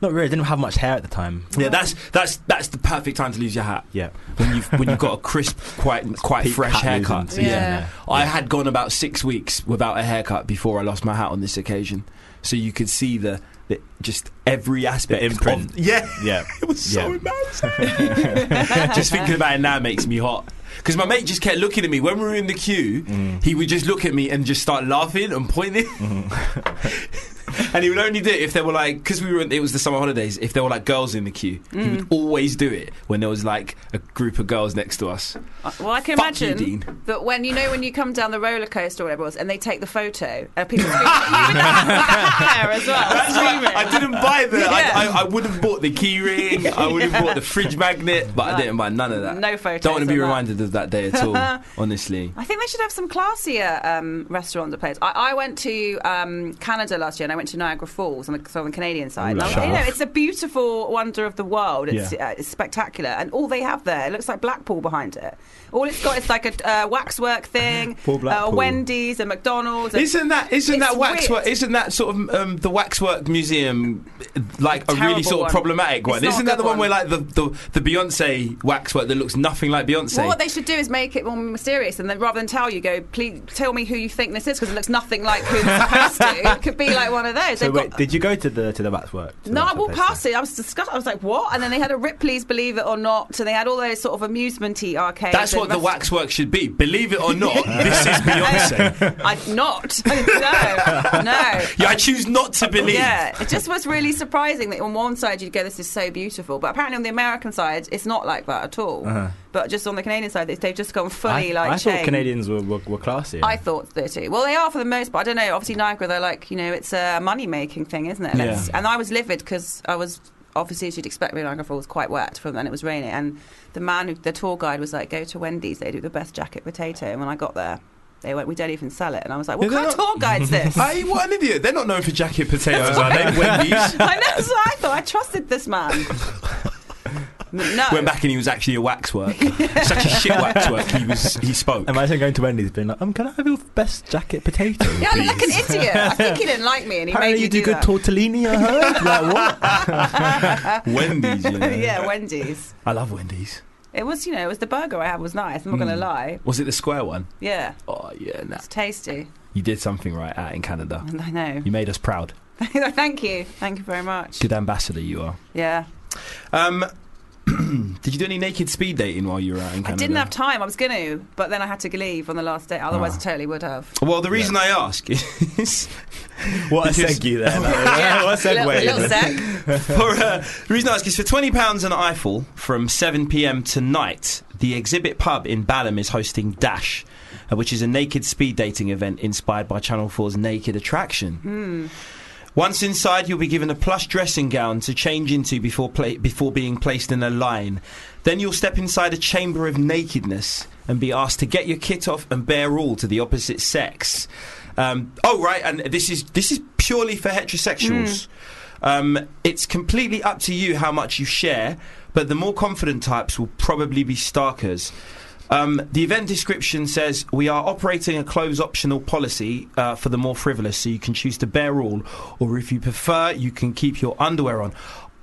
Not really. I didn't have much hair at the time.
Yeah, that's that's that's the perfect time to lose your hat
Yeah,
when you've when you've got a crisp, quite quite
Peak
fresh
hat losing
haircut.
season,
Yeah.
I had gone about six weeks without a haircut before I lost my hat on this occasion, so you could see the, the just every aspect
The imprint.
Of, yeah,
yeah.
it was so
Yeah.
embarrassing. just thinking about it now makes me hot. Because my mate just kept looking at me when we
Mm.
were in the queue. He would just look at me and just start laughing and pointing.
Mm-hmm.
and he would only do it if there were like because we were it was the summer holidays. If there were like girls in the queue, he would always do it when there was like a group of girls next to us.
Uh, Well, I can
Fuck you,
imagine
Dean.
that when you know when you come down the roller coaster or whatever it was, and they take the photo, and people scream at you with that hair as well,
That's right.
screaming.
I didn't buy the. I,
Yeah.
I, I would have bought the key ring. I would have bought the fridge magnet, but I didn't buy none of that.
No photos
Don't want to be
on that.
reminded of that day at all. honestly.
I think they should have some classier um, restaurant or place. I, I went to um, Canada last year and I went to Niagara Falls on the, so on the Canadian side. And I was- you know, it's a beautiful wonder of the world. It's,
Yeah.
uh, it's spectacular, and all they have there it looks like Blackpool behind it. All it's got is like a uh, waxwork thing,
Poor
uh,
Blackpool.
Wendy's, and McDonald's. and-
Isn't that isn't
It's
that waxwork?
weird.
Isn't that sort of um, the waxwork museum like a really
Terrible
sort of
one.
problematic
It's
one?
not a
Isn't that
good
the one, where
one.
like the, the the Beyonce waxwork that looks nothing like Beyonce?
Well, what they should do is make it more mysterious, and then rather than tell you, go please tell me who you think this is because it looks nothing like who it's supposed to. It could be like one of those.
So
They've
wait,
got-
did you go to the to the wax work? to the
no, I
wax
walked
place
past it. I was disgusted. I was like, "What?" And then they had a Ripley's Believe It or Not, and they had all those sort of amusement-y arcades.
That's
and
what the
rest-
waxwork should be. Believe it or not, this is Beyonce.
I not no no.
yeah, I choose not to believe.
Yeah, it just was really surprising that on one side you'd go, "This is so beautiful," but apparently on the American side, it's not like that at all. But just on the Canadian side, they- they've just gone fully
I,
like.
I thought
changed.
Canadians were were, were classy.
I thought so too. Well, they are for the most part. I don't know. Obviously, Niagara, they're like, you know, it's a money making thing, isn't it?
Yeah.
Let's- And I was livid because I was, obviously, as you'd expect, me, Niagara Falls quite wet from then it was raining. And the man, who, the tour guide, was like, go to Wendy's, they do the best jacket potato. And when I got there, they went, we don't even sell it. And I was like, what
Is
kind of
that not-
tour guide's this? I
Hey, what an idiot! They're not known for jacket potatoes, are they? Wendy's
know, that's what I thought. I trusted this man. N- No.
went back and he was actually a waxwork. Such a shit waxwork. He was. He spoke.
Imagine going to Wendy's being like, um, can I have your best jacket potato?
Yeah, I
please?
look like an idiot. I think he didn't like me and he
Apparently
made you
do, good
that.
tortellini, I heard. like, what?
Wendy's. You know.
yeah, Wendy's.
I love Wendy's.
It was, you know, it was the burger I had was nice. I'm not going to lie.
Was it the square one?
Yeah.
Oh yeah, nah.
It's tasty.
You did something right out in Canada.
I know.
You made us proud.
Thank you. Thank you very much.
Good ambassador you are.
Yeah.
Um, did you do any naked speed dating while you were out in
I
Canada?
didn't have time. I was going to, but then I had to leave on the last day. Otherwise,
Ah.
I totally would have.
Well, the reason I ask is
What a
Because-
segue there. Like, what a
Little-
segue.
little sec.
for uh, the reason I ask is for twenty pounds an eyeful from seven pm tonight. The Exhibit Pub in Balham is hosting Dash, uh, which is a naked speed dating event inspired by Channel 4's Naked Attraction. Once inside, you'll be given a plush dressing gown to change into before, pla- before being placed in a line. Then you'll step inside a chamber of nakedness and be asked to get your kit off and bare all to the opposite sex. Um, oh, right, and this is, this is purely for heterosexuals. Um, it's completely up to you how much you share, but the more confident types will probably be starkers. Um, the event description says we are operating a clothes optional policy uh, for the more frivolous, so you can choose to bare all, or if you prefer, you can keep your underwear on.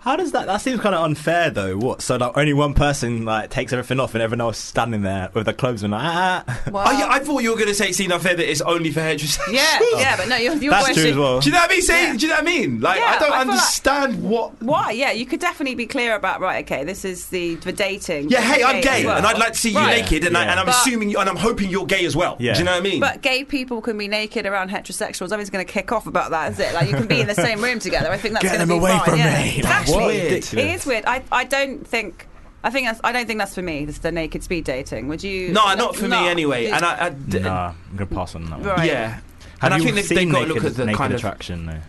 How does that? That seems kind of unfair, though. What? So like, only one person like takes everything off, and everyone else standing there with their clothes on. Like, ah.
Well,
Oh, yeah, I thought you were going to say it's enough here that it's only for heterosexuals.
Uh, yeah, yeah, but no, you're, you're
That's true as well.
Do you know what I mean? Say-
Yeah.
Do you know what I mean? Like,
Yeah,
I don't
I feel like-
understand what.
Why? Yeah, you could definitely be clear about, right, okay, this is the, the dating.
Yeah, hey, I'm
as
gay,
well.
and I'd like to see you
Right.
naked, and, I,
Yeah.
and I'm
But-
assuming, you, and I'm hoping you're gay as well.
Yeah.
Do you know what I mean?
But gay people can be naked around heterosexuals. Everyone's going to kick off about that, is it? Like you can be in the same room together. I think that's
Get
going to
them
be
away
fine,
from
yeah.
me.
It's
Like,
actually,
what?
It
Ridiculous.
is weird. I, I don't think. I think that's, I don't think that's for me. This is the naked speed dating. Would you?
no, not for
No.
me anyway. And I, I d-
nah, I'm gonna pass on that one.
Right.
yeah.
Have
and I
you
think they've,
seen
they've got to
naked,
look at the
naked
kind of
attraction. though?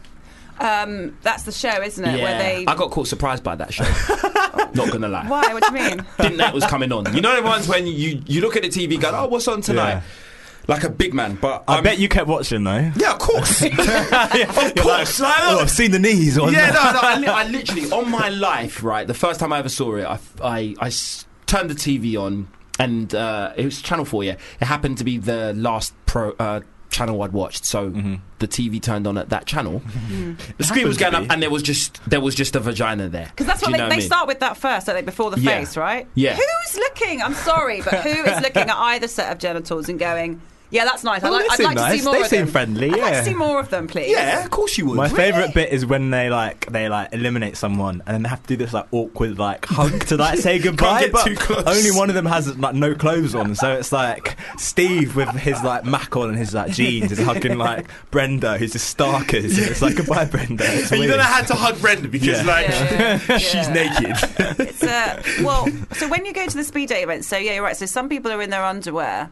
Um, that's the show, isn't it? Where they.
I got caught surprised by that show. Not gonna lie,
Why? What do you mean?
didn't know it was coming on. You know the ones when you you look at the TV, go, oh, what's on tonight?
Yeah.
Like a big man, but
I
I'm-
bet you kept watching though.
Yeah, of course. of course. like,
oh, I've seen the knees. Or
yeah, no, no. I, li- I literally on my life, right? The first time I ever saw it, I I, I s- turned the TV on, and uh, it was Channel Four. Yeah, it happened to be the last pro. Uh, Channel I'd watched, so the TV turned on at that channel. The screen was going
Mm-hmm. Happened to
up,
be.
and there was just there was just a vagina there.
Mm. Because that's
Do
what
you
they,
know
they
I mean?
start with that first, don't they? Before the
Yeah.
face, right?
Yeah.
Who's looking? I'm sorry, but who is looking at either set of genitals and going, Yeah, that's nice.
Oh,
I
they
like, I'd
seem
like to
nice.
see more
They
of
seem
them.
friendly,
I'd like
yeah.
to see more of them, please.
Yeah, of course you would.
My
Really?
favourite bit is when they like they like eliminate someone and then they have to do this like awkward like hug to like say goodbye.
get
but
too close.
only one of them has like no clothes on, so it's like Steve with his like mac on and his like jeans is hugging like Brenda, who's just starkers. and it's like goodbye, Brenda. It's
And you don't
weird.
know how to hug Brenda because
Yeah.
like
Yeah, yeah,
she's
yeah.
naked.
It's uh, well, so when you go to the speed date event, so yeah, you're right. So some people are in their underwear,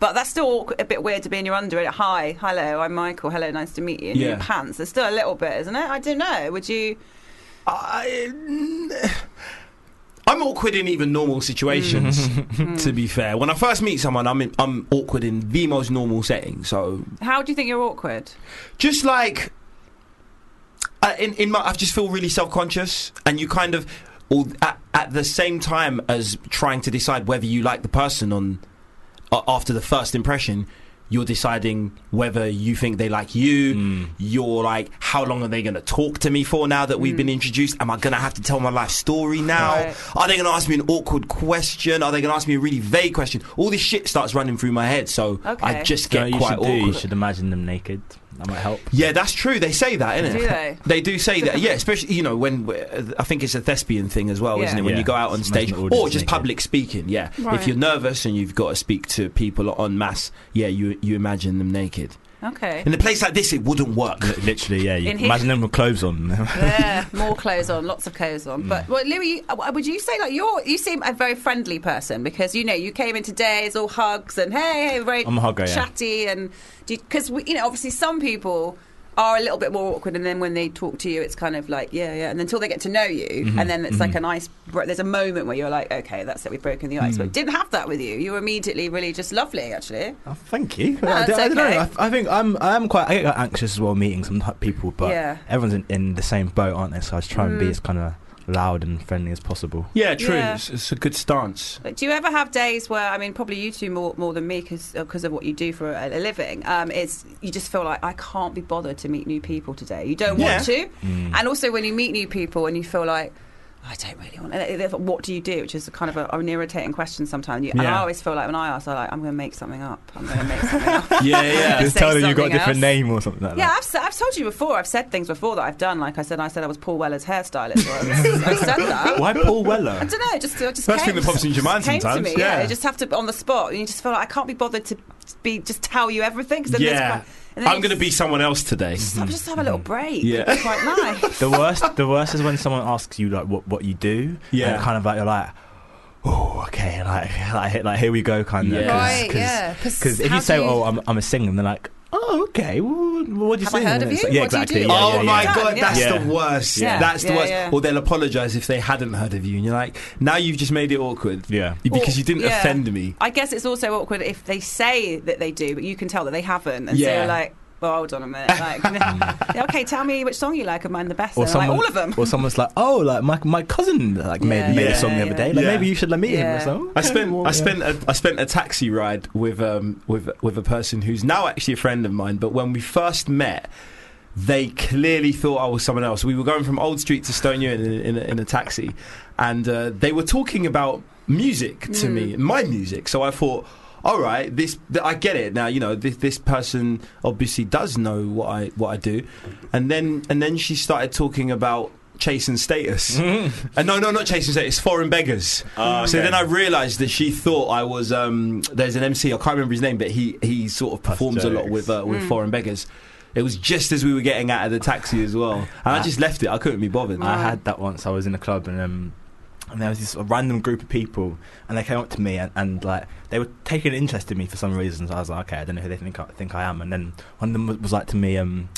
but that's still awkward- a bit weird to be in your underwear. like, Hi, hello, I'm Michael. Hello, nice to meet you. In your
Yeah.
pants, there's still a little bit, isn't it? I don't know. Would you?
I, mm, I'm awkward in even normal situations. to be fair, when I first meet someone, I'm in, I'm awkward in the most normal setting. So
How do you think you're awkward?
just like I, in in my, I just feel really self conscious, and you kind of all at, at the same time as trying to decide whether you like the person on a- after the first impression. You're deciding whether you think they like you.
Hmm.
You're like, how long are they going to talk to me for now that we've been introduced? Am I going to have to tell my life story now?
Hmm. Right.
Are they going to ask me an awkward question? Are they going to ask me a really vague question? All this shit starts running through my head, so I
Okay.
just
You know
get
what you
quite
should do? You
awkward.
should imagine them naked. That might help.
Yeah, that's true. They say that, innit?
Do they?
They do say that. Yeah, especially you know when I think it's a thespian thing as well,
Yeah.
isn't it? When
Yeah.
you go out on
It's
stage
making the
or
audience
just
naked.
public speaking. Yeah, if
Right.
you're nervous and you've got to speak to people en masse, yeah, you you imagine them naked.
Okay.
In a place like this, it wouldn't work.
Li- Literally, yeah. You
In here-
imagine them with clothes on.
yeah, more clothes on, lots of clothes on. But well, Louis, you- uh, would you say like you're you seem a very friendly person because you know you came in today it's all hugs and hey, hey, very
I'm a hugger, yeah.
chatty and because you, know obviously some people are a little bit more awkward and then when they talk to you it's kind of like yeah yeah and until they get to know you
Mm-hmm,
and then it's like a nice br- there's a moment where you're like okay that's it we've broken the
Mm-hmm.
ice but didn't have that with you you were immediately really just lovely actually
Oh, thank you.
No,
I,
it's
don't, I don't know.
okay.
I, I think I'm. I'm quite. I get quite anxious as well meeting some type of people, but
Yeah. Mm.
everyone's in, in the same boat, aren't they? So I just try and be as kind of loud and friendly as possible.
Yeah,
true. Yeah. It's-
a good stance.
But do you ever have days where, I mean, probably you two more, more than me because of what you do for a, a living, um, it's you just feel like, I can't be bothered to meet new people today. You don't
Yeah.
want to.
Mm.
And also when you meet new people and you feel like, I don't really want to. What do you do? Which is kind of a, an irritating question sometimes. You, And I
Yeah.
always feel like when I ask, I'm like, I'm going to make something up. I'm going to make something up.
Yeah, yeah.
Just
Just
say
tell them you got
something
a different
else.
name or something like
Yeah,
that.
I've, s- I've told you before. I've said things before that I've done. Like I said, I said I was Paul Weller's hairstylist. Well, I said that.
Why Paul
I
Weller?
don't know. it Just, it just
First thing
came,
that pops into your mind
came
sometimes,
To me, yeah.
yeah.
you just have to on the spot, and you just feel like I can't be bothered to be just tell you everything. 'cause then there's
Yeah.
quite- and then
I'm
you
going to
just-
be someone else today.
Just have, just have a little break.
Yeah.
It's quite nice.
the worst. The worst is when someone asks you like what what you do.
Yeah.
And kind of like you're like. Oh, okay. Like, like, like, here we go, kind of.
Yeah.
Because
Right,
yeah. 'Cause
if
how
you
do
say,
you-
"Oh, I'm, I'm a singer," and they're like, "Oh, okay. Well, what do you
Have I
sing?"
heard
And
of
it's
you?
Like, yeah,
What do you
exactly.
do?
Yeah,
oh
yeah, yeah.
my
yeah.
god, that's
Yeah.
the worst.
Yeah.
That's the
Yeah,
worst.
yeah.
Or they'll apologise if they hadn't heard of you, and you're like, now you've just made it awkward.
Yeah.
because
Or-
you didn't
yeah.
offend me.
I guess it's also awkward if they say that they do, but you can tell that they haven't, and so
Yeah.
you're like. Well, hold on a minute. Like, yeah, okay, tell me which song you like of mine the best.
or
And I'm like,
someone,
all of them.
Or someone's like, oh, like my, my cousin like
Yeah.
made, made
Yeah.
a song the other day. Like
Yeah.
maybe you should let me
Yeah.
him or something.
I spent
Well,
I
yeah.
spent a, I spent a taxi ride with um with with a person who's now actually a friend of mine, but when we first met. They clearly thought I was someone else. We were going from Old Street to Stone Ewan in, in, a, in a taxi, and uh, they were talking about music to me, my music. So I thought, all right, this th- I get it now. You know, this, this person obviously does know what I what I do, and then and then she started talking about chasing status. And no, no, not chasing status. Foreign beggars. So then I realised that she thought I was. Um, there's an MC. I can't remember his name, but he he sort of performs a lot
jokes.
with uh, with foreign beggars. It was just as we were getting out of the taxi as well, and I just left it. I couldn't be bothered.
I had that once. I was in a club and um, and there was this random group of people, and they came up to me and, and like they were taking an interest in me for some reason. So I was like, okay, I don't know who they think I, think I am. And then one of them was, was like to me, um.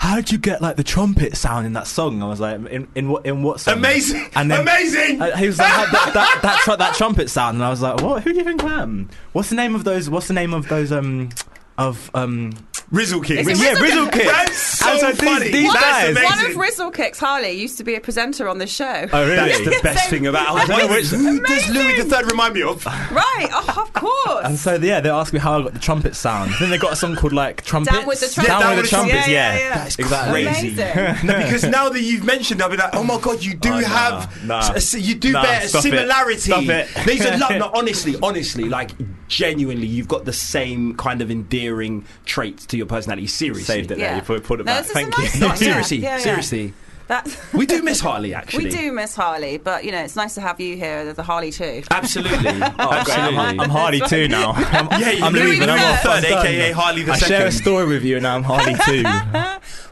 How did you get like the trumpet sound in that song? I was like, in, in what in what song?
Amazing!
And then-
Amazing!
Uh, he was like that that, that, that, tru- that trumpet sound, and I was like, "What? Who do you think I am? What's the name of those? What's the name of those? Um, of um,
Rizzle King.
Is it
yeah, Rizzle Kids.
That's so
And so these-
funny.
these
That's
guys-
amazing.
One of Rizzle Kicks, Harley, used to be a presenter on this show.
Oh, really?
That's the best
So-
thing about. I was like, who does Louis the Third remind me of?
Right, oh, of course.
And so yeah, they asked me how I got the trumpet sound. then they got a song called like trumpets.
Down with the
Down
Trumpets.
with the trumpets.
Yeah,
Yeah,
yeah, yeah. That
is
exactly.
crazy.
Amazing.
No, because now that you've mentioned, I'll be like, oh my god, you do
Oh, nah,
have,
nah.
s- s- you do
Nah,
bear a
stop it.
similarity.
Stop it.
These are love. No, honestly, honestly, like genuinely you've got the same kind of endearing traits to your personality. Seriously,
Saved it
Yeah.
there. You put, put it
No, this
back.
is
Thank
a
you.
nice
No,
Yeah,
seriously,
yeah, yeah.
seriously.
That's,
We do miss Harley, actually.
we do miss Harley, but you know it's nice to have you here as a Harley too.
Absolutely.
Absolutely.
Oh, I'm-
I'm Hardy
That's
too now. I'm, I'm
you're
leaving.
really
I'm
good.
off third,
Done.
aka Harley the
I
second.
share a
story with you, and I'm Harley too.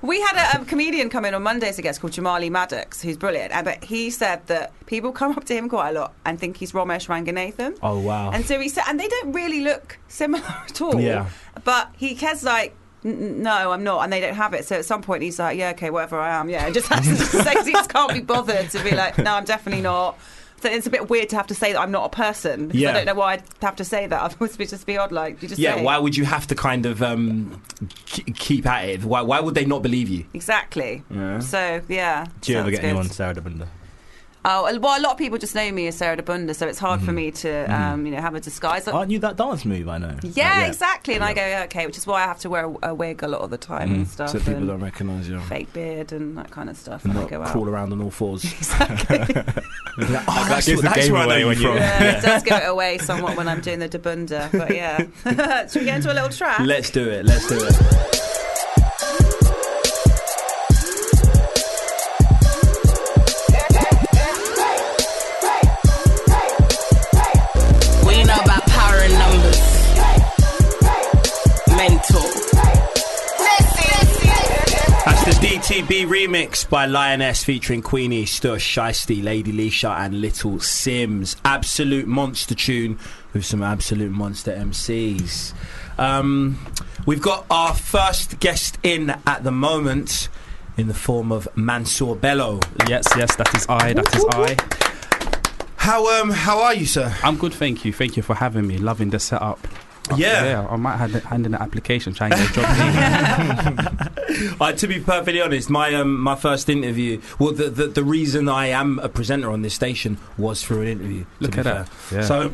We had a, um comedian come in on Mondays, I guess, called Jamali Maddox, who's brilliant. And, but he said that people come up to him quite a lot and think he's Ramesh Ranganathan.
oh wow.
And so he said, and they don't really look similar at all.
Yeah.
But he has like, "N- n- no, I'm not, and they don't have it. So at some point he's like, yeah, okay, whatever I am, yeah. And just has to say he just can't be bothered to be like, no, I'm definitely not. So it's a bit weird to have to say that I'm not a person. because I
Yeah.
don't know why I'd have to say that. I'd always be just be odd, like you just
Yeah,
say it.
why would you have to kind of um, k- keep at it? Why, why would they not believe you?
exactly. So yeah.
Do you
so that's
ever get
good.
anyone Sarah Debunda?
Oh and- well, a lot of people just know me as Sarah Debunda, so it's hard for me to, um, you know, have a disguise.
Aren't you that dance move? I know.
Yeah, exactly. And I go, "Yeah, okay, which is why I have to wear a, a wig a lot of the time and stuff. and
recognise you.
fake beard and that kind of stuff.
And
And I
not
go out.
crawl around on all fours.
Oh.
oh,
that gives the game away when you.
Yeah, it does give it away somewhat when I'm doing the debunda, but yeah. Should we get into a little track?
Let's do it. Let's do it.
What do you know about power and numbers? Mental.
That's the DTB remix by Lioness featuring Queenie, Stush, Shiesty, Lady Leisha, and Little Sims. Absolute monster tune with some absolute monster MCs. Um, we've got our first guest in at the moment in the form of Mansour Bello.
Yes, yes, that is I. That is I.
How um how are you, sir?
I'm good, thank you. Thank you for having me. Loving the setup. Uh,
Yeah.
yeah. I might hand, hand in an application, trying to get a job.
Uh, to be perfectly honest, my um, my first interview. Well, the, the the reason I am a presenter on this station was through an interview. to
Look
be
at that.
fair.
Yeah.
So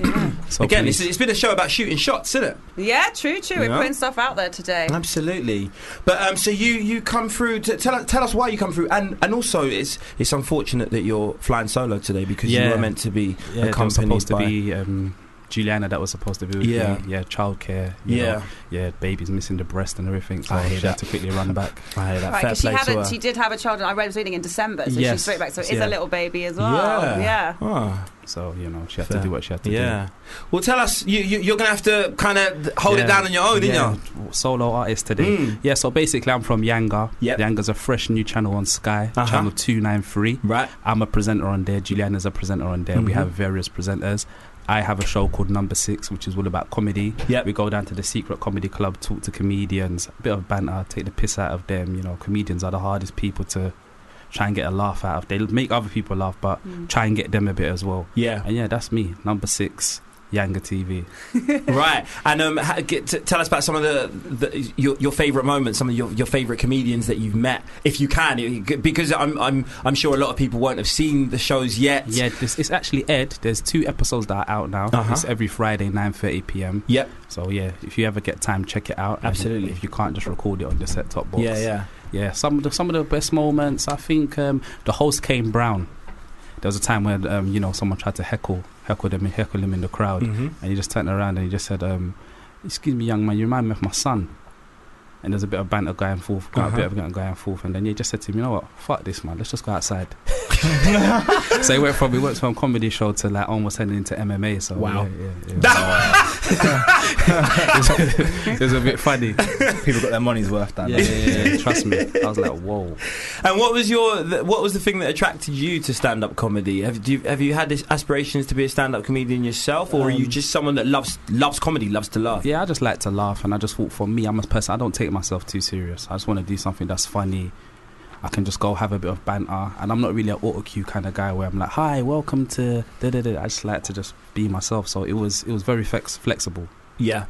So
again, it's,
please.
it's been a show about shooting shots, isn't it?
Yeah, true, true. We're
Yeah.
putting stuff out there today.
Absolutely. But um, so you you come through. To, tell us- tell us why you come through, and and also it's it's unfortunate that you're flying solo today because you
Yeah.
were meant to be
yeah, there was
accompanied
supposed to
by-
be um, Juliana that was supposed to be with
Yeah.
me. Yeah, childcare. you
yeah.
know. yeah, baby's missing the breast and everything. So
I
I
hear
she
that.
had to quickly run back.
I hear that.
Right,
Fair
'cause she
play to
hadn't.
her.
She did have a child, and I read- was reading in December, so she's
Yes,
straight back. So it's
yeah.
a little baby as well.
Yeah. Ah,
So, you know, she had
Fair.
to do what she had to
yeah. Well, tell us. You, you you're gonna have to kind of hold it
Yeah.
down on your own,
do.
didn't you?
Solo artist today.
Mm.
Yeah, so basically, I'm from Yanga.
Yep.
Yanga's a fresh new channel on Sky,
Uh-huh.
channel 293.
Right.
I'm a presenter on there. Julian is a presenter on there. We
Mhm.
have various presenters. I have a show called Number Six, which is all about comedy.
Yep.
We go down to the secret comedy club, talk to comedians, a bit of banter, take the piss out of them. You know, comedians are the hardest people to try and get a laugh out of. They make other people laugh, but try and get them a bit as well.
Yeah.
And yeah, that's me. Number Six, Yanga TV.
right. And um, ha- get, t- tell us about some of the, the your, your favorite moments, some of your, your favorite comedians that you've met, if you can, you c- because I'm I'm I'm sure a lot of people won't have seen the shows yet.
Yeah, this it's actually Ed. There's two episodes that are out now.
Uh-huh.
It's every Friday, 9:30 p.m.
Yep.
So yeah, if you ever get time, check it out. And
Absolutely.
If you can't, just record it on the set top box.
Yeah. Yeah.
Yeah, some of the some of the best moments. I think um, the host came brown. There was a time when um, you know someone tried to heckle heckle them heckle him in the crowd, and he just turned around and he just said, um, "Excuse me, young man, you remind me of my son." And there's a bit of banter going forth, got a bit of banter going forth, and then he just said to him, "You know what? Fuck this, man. Let's just go outside." so he went from he went from comedy show to like almost heading into MMA. So
Wow.
yeah, yeah, yeah. it was a bit funny.
People got their money's worth. That
Yeah,
night.
yeah, yeah, trust me. I was like, "Whoa."
And what was your th- what was the thing that attracted you to stand up comedy? Have do you, have you had this aspirations to be a stand up comedian yourself, or are you
Um,
just someone that loves loves comedy, loves to laugh?
Yeah, I just like to laugh, and I just thought for me, I'm a person. I don't take myself too serious. I just want to do something that's funny. I can just go have a bit of banter, and I'm not really an auto cue kind of guy where I'm like, "Hi, welcome to." Da, da, da. I just like to just be myself. So it was it was very flex- flexible.
Yeah,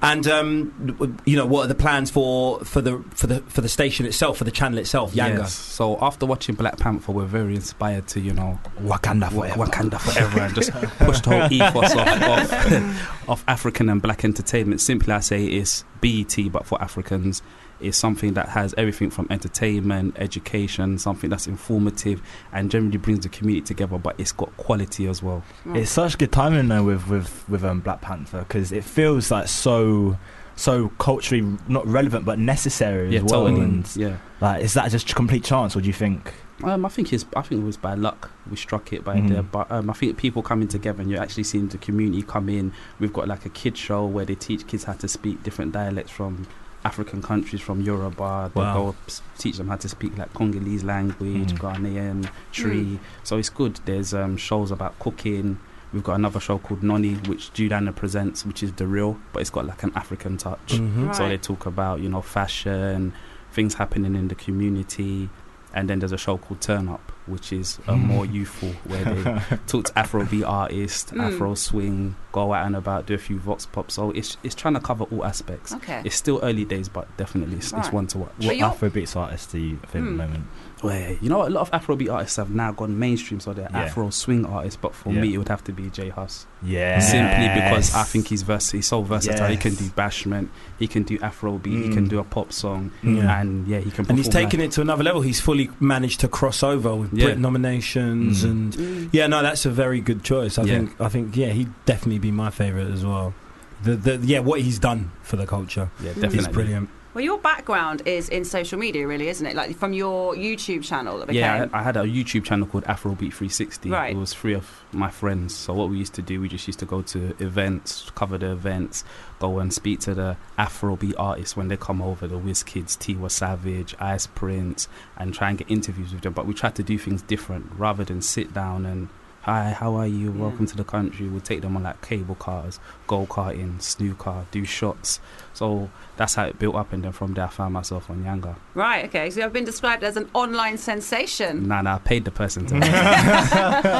and um, w- you know what are the plans for for the for the for the station itself, for the channel itself, Yanga?
Yes. So after watching Black Panther, we're very inspired to you know
Wakanda
Wa-
forever.
Wakanda forever and just push the whole ethos off, off, of African and black entertainment. Simply, I say it's BET, but E for Africans. is something that has everything from entertainment, education, something that's informative, and generally brings the community together. But it's got quality as well.
It's such good timing though with with with um, Black Panther because it feels like so so culturally not relevant but necessary
yeah,
as well.
totally.
And,
Yeah.
like, is that just complete chance, or do you think?
Um, I think it's. I think it was by luck we struck it by
Mhm.
there. But um, I think people coming together and you're actually seeing the community come in. We've got like a kid show where they teach kids how to speak different dialects from African countries, from Yoruba. They
Wow.
go s- teach them how to speak like Congolese language,
Mhm.
Ghanaian, Tree. So it's good. There's um, shows about cooking. We've got another show called Nonny, which Judana presents, which is the real, but it's got like an African touch. So they
Right.
talk about, you know, fashion, things happening in the community. And then there's a show called Turn Up, which is uh,
Mm.
more youthful, where they talk to Afrobeat artists,
Mm.
Afro swing, go out and about, do a few vox pop. So it's, it's trying to cover all aspects.
Okay.
It's still early days, but definitely it's, it's
Right.
one to watch.
But
What
you're-
Afrobeats artists do you think at the
Hmm.
moment?
Well, yeah, you know, what? a lot of Afrobeat artists have now gone mainstream, so they're
Yeah.
Afro swing artists. But for
Yeah.
me, it would have to be J Huss.
Yeah,
simply because I think he's vers- he's so versatile. He can
Yes.
do bashment, he can do Afrobeat, he
Mm.
can do a pop song,
Yeah.
and yeah, he can.
and he's
perform
taken it to another level. He's fully managed to cross over with
Yeah. Mm-hmm.
Brit nominations
Mm.
and
Mm.
yeah, no, that's a very good choice. I
Yeah.
think I think yeah, he'd definitely be my favourite as well. The, the yeah, what he's done for the culture
live. yeah,
He's
is
definitely.
brilliant.
Well, your background is in social media, really, isn't it? Like from your YouTube channel that became.
Yeah, I, I had a YouTube channel called Afrobeat 360.
Right.
It was three of my friends. So what we used to do, we just used to go to events, cover the events, go and speak to the Afrobeat artists when they come over, the Kids, Tiwa Savage, Ice Prince, and try and get interviews with them. But we tried to do things different rather than sit down and. Hi, how are you?
Yeah.
Welcome to the country. We'll take them on like cable cars, go karting, snooker, do shots. So that's how it built up, and then from there I found myself on Yanga.
Right, okay. So I've been described as an online
Mm.
sensation.
Nah, nah, I paid the person to.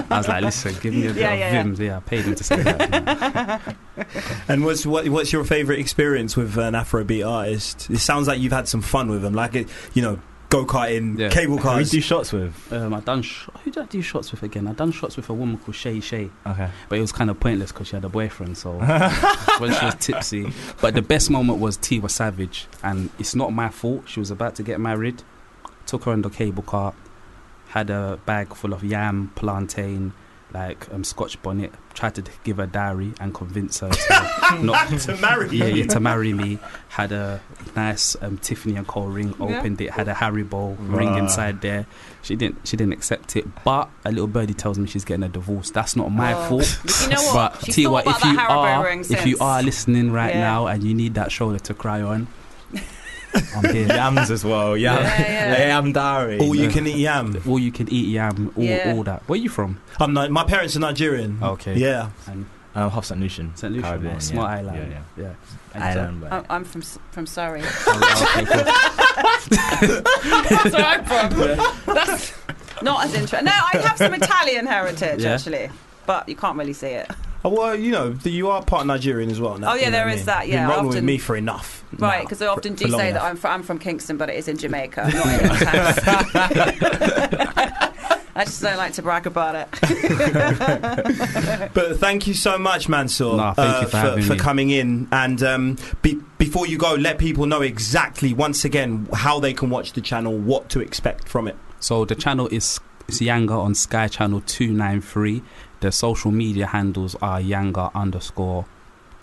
I was like, listen, give me a bit
Yeah,
of
yeah, yeah.
vim. Yeah. I paid him to say that. you know.
And what's what, what's your favourite experience with an Afrobeat artist? It sounds like you've had some fun with them, like it, you know, go karting,
Yeah.
cable
Can we
cars.
do shots with?
Um, I done. Sh- who did I do shots with again? I done shots with a woman called Shay Shay,
Okay.
but it was kind of pointless because she had a boyfriend. So when she was tipsy, but the best moment was Tiwa Savage, and it's not my fault. She was about to get married. Took her on the cable car, had a bag full of yam, plantain. Like um, Scotch bonnet, tried to give her diary and convince her to not
to marry
yeah, yeah, to marry me. Had a nice um, Tiffany and Co ring.
Yeah.
Opened it. Had a Harry Bowl ring
Right.
inside there. She didn't. She didn't accept it. But a little birdie tells me she's getting a divorce. That's not my
Oh.
fault.
But you know what?
But
She's
tell you
thought
what,
about
if
that
you
Haribo
are,
ring
if you
since.
are listening right
Yeah.
now and you need that shoulder to cry on, I'm here.
Yams as well. Yam,
Yeah, yeah.
yam diary.
All you can eat yam.
All you can eat yam, all,
Yeah.
all that. Where you from?
I'm not, my parents are Nigerian.
Oh, Okay.
Yeah,
And
Um, half St. Lucian.
St. Lucia,
Caribbean,
well, small
yeah.
island.
Yeah, um,
yeah.
yeah. Island, but
I'm, I'm from S- from Surrey.
Oh, okay, cool.
That's where I'm from. That's not as interesting. No, I have some Italian heritage
Yeah.
actually, but you can't really see it.
Oh, well, you know, th- you are part Nigerian as well. Now,
Oh, yeah,
you know
there
what I
is
mean?
that,
You've been
yeah,
rolling with
often-
me for enough.
Right,
now,
because I
for-
often
for
do
long
say that
enough.
I'm, fr- I'm from Kingston, but it is in Jamaica, not in Texas. I just don't like to brag about it.
But thank you so much, Mansour, uh,
Nah, thank you for having
for
me.
coming in. And um, be- before you go, let people know exactly once again how they can watch the channel, what to expect from it.
So the channel is, is Yanga on Sky Channel 293. The social media handles are Yanga underscore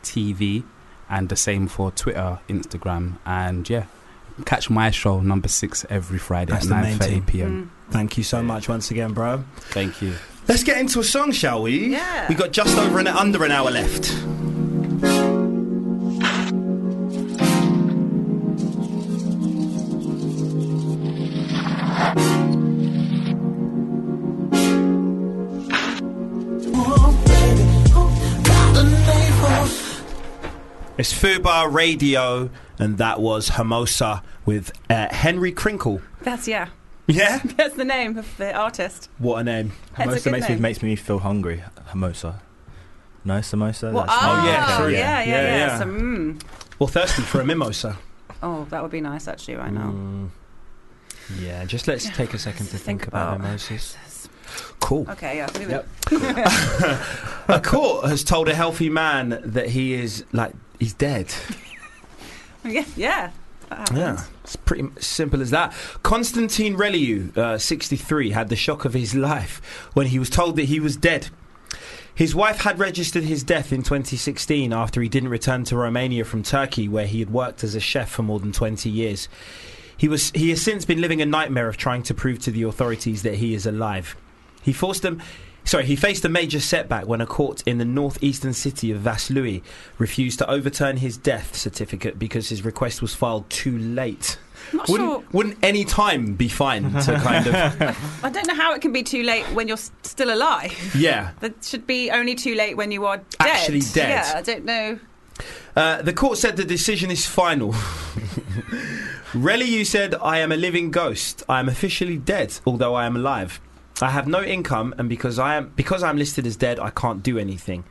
TV and the same for Twitter, Instagram. And yeah, catch my show number six every Friday
That's the
at
main
9.30
thing.
Mm.
p.m.
Thank you so much once again, bro.
Thank you.
Let's get into a song, shall we?
Yeah.
We got just over an under an hour left. It's Fubar Radio, and that was Hermosa with uh, Henry Crinkle.
That's yeah.
Yeah,
That's the name of the artist.
what a name!
That's a
Samosa
good
makes
name.
me makes me feel hungry. Samosa. No samosa.
Well,
That's not-
oh,
yeah,
yeah,
true.
yeah, yeah,
Yeah, yeah.
So, mm.
Well, thirsty for a mimosa.
Oh, that would be nice actually right now.
Mm. Yeah, just let's take a second to
Think
think, about,
about-
mimosas.
Cool.
Okay, yeah. leave it.
Yep. A court has told a healthy man that he is like he's dead.
yeah, yeah. That
Yeah,
happens.
it's pretty m- simple as that. Constantine Reliu, uh, 63, had the shock of his life when he was told that he was dead. His wife had registered his death in 2016 after he didn't return to Romania from Turkey, where he had worked as a chef for more than 20 years. He, was, he has since been living a nightmare of trying to prove to the authorities that he is alive. He forced them. Sorry, he faced a major setback when a court in the northeastern city of Vaslui refused to overturn his death certificate because his request was filed too late.
I'm not
wouldn't
sure.
wouldn't any time be fine to kind of
I don't know how it can be too late when you're s- still alive.
yeah.
That should be only too late when you are dead.
Actually dead.
Yeah, I don't know.
Uh, the court said the decision is final. Reliu said, "I am a living ghost. I am officially dead, although I am alive. I have no income, and because I am because I am listed as dead, I can't do anything."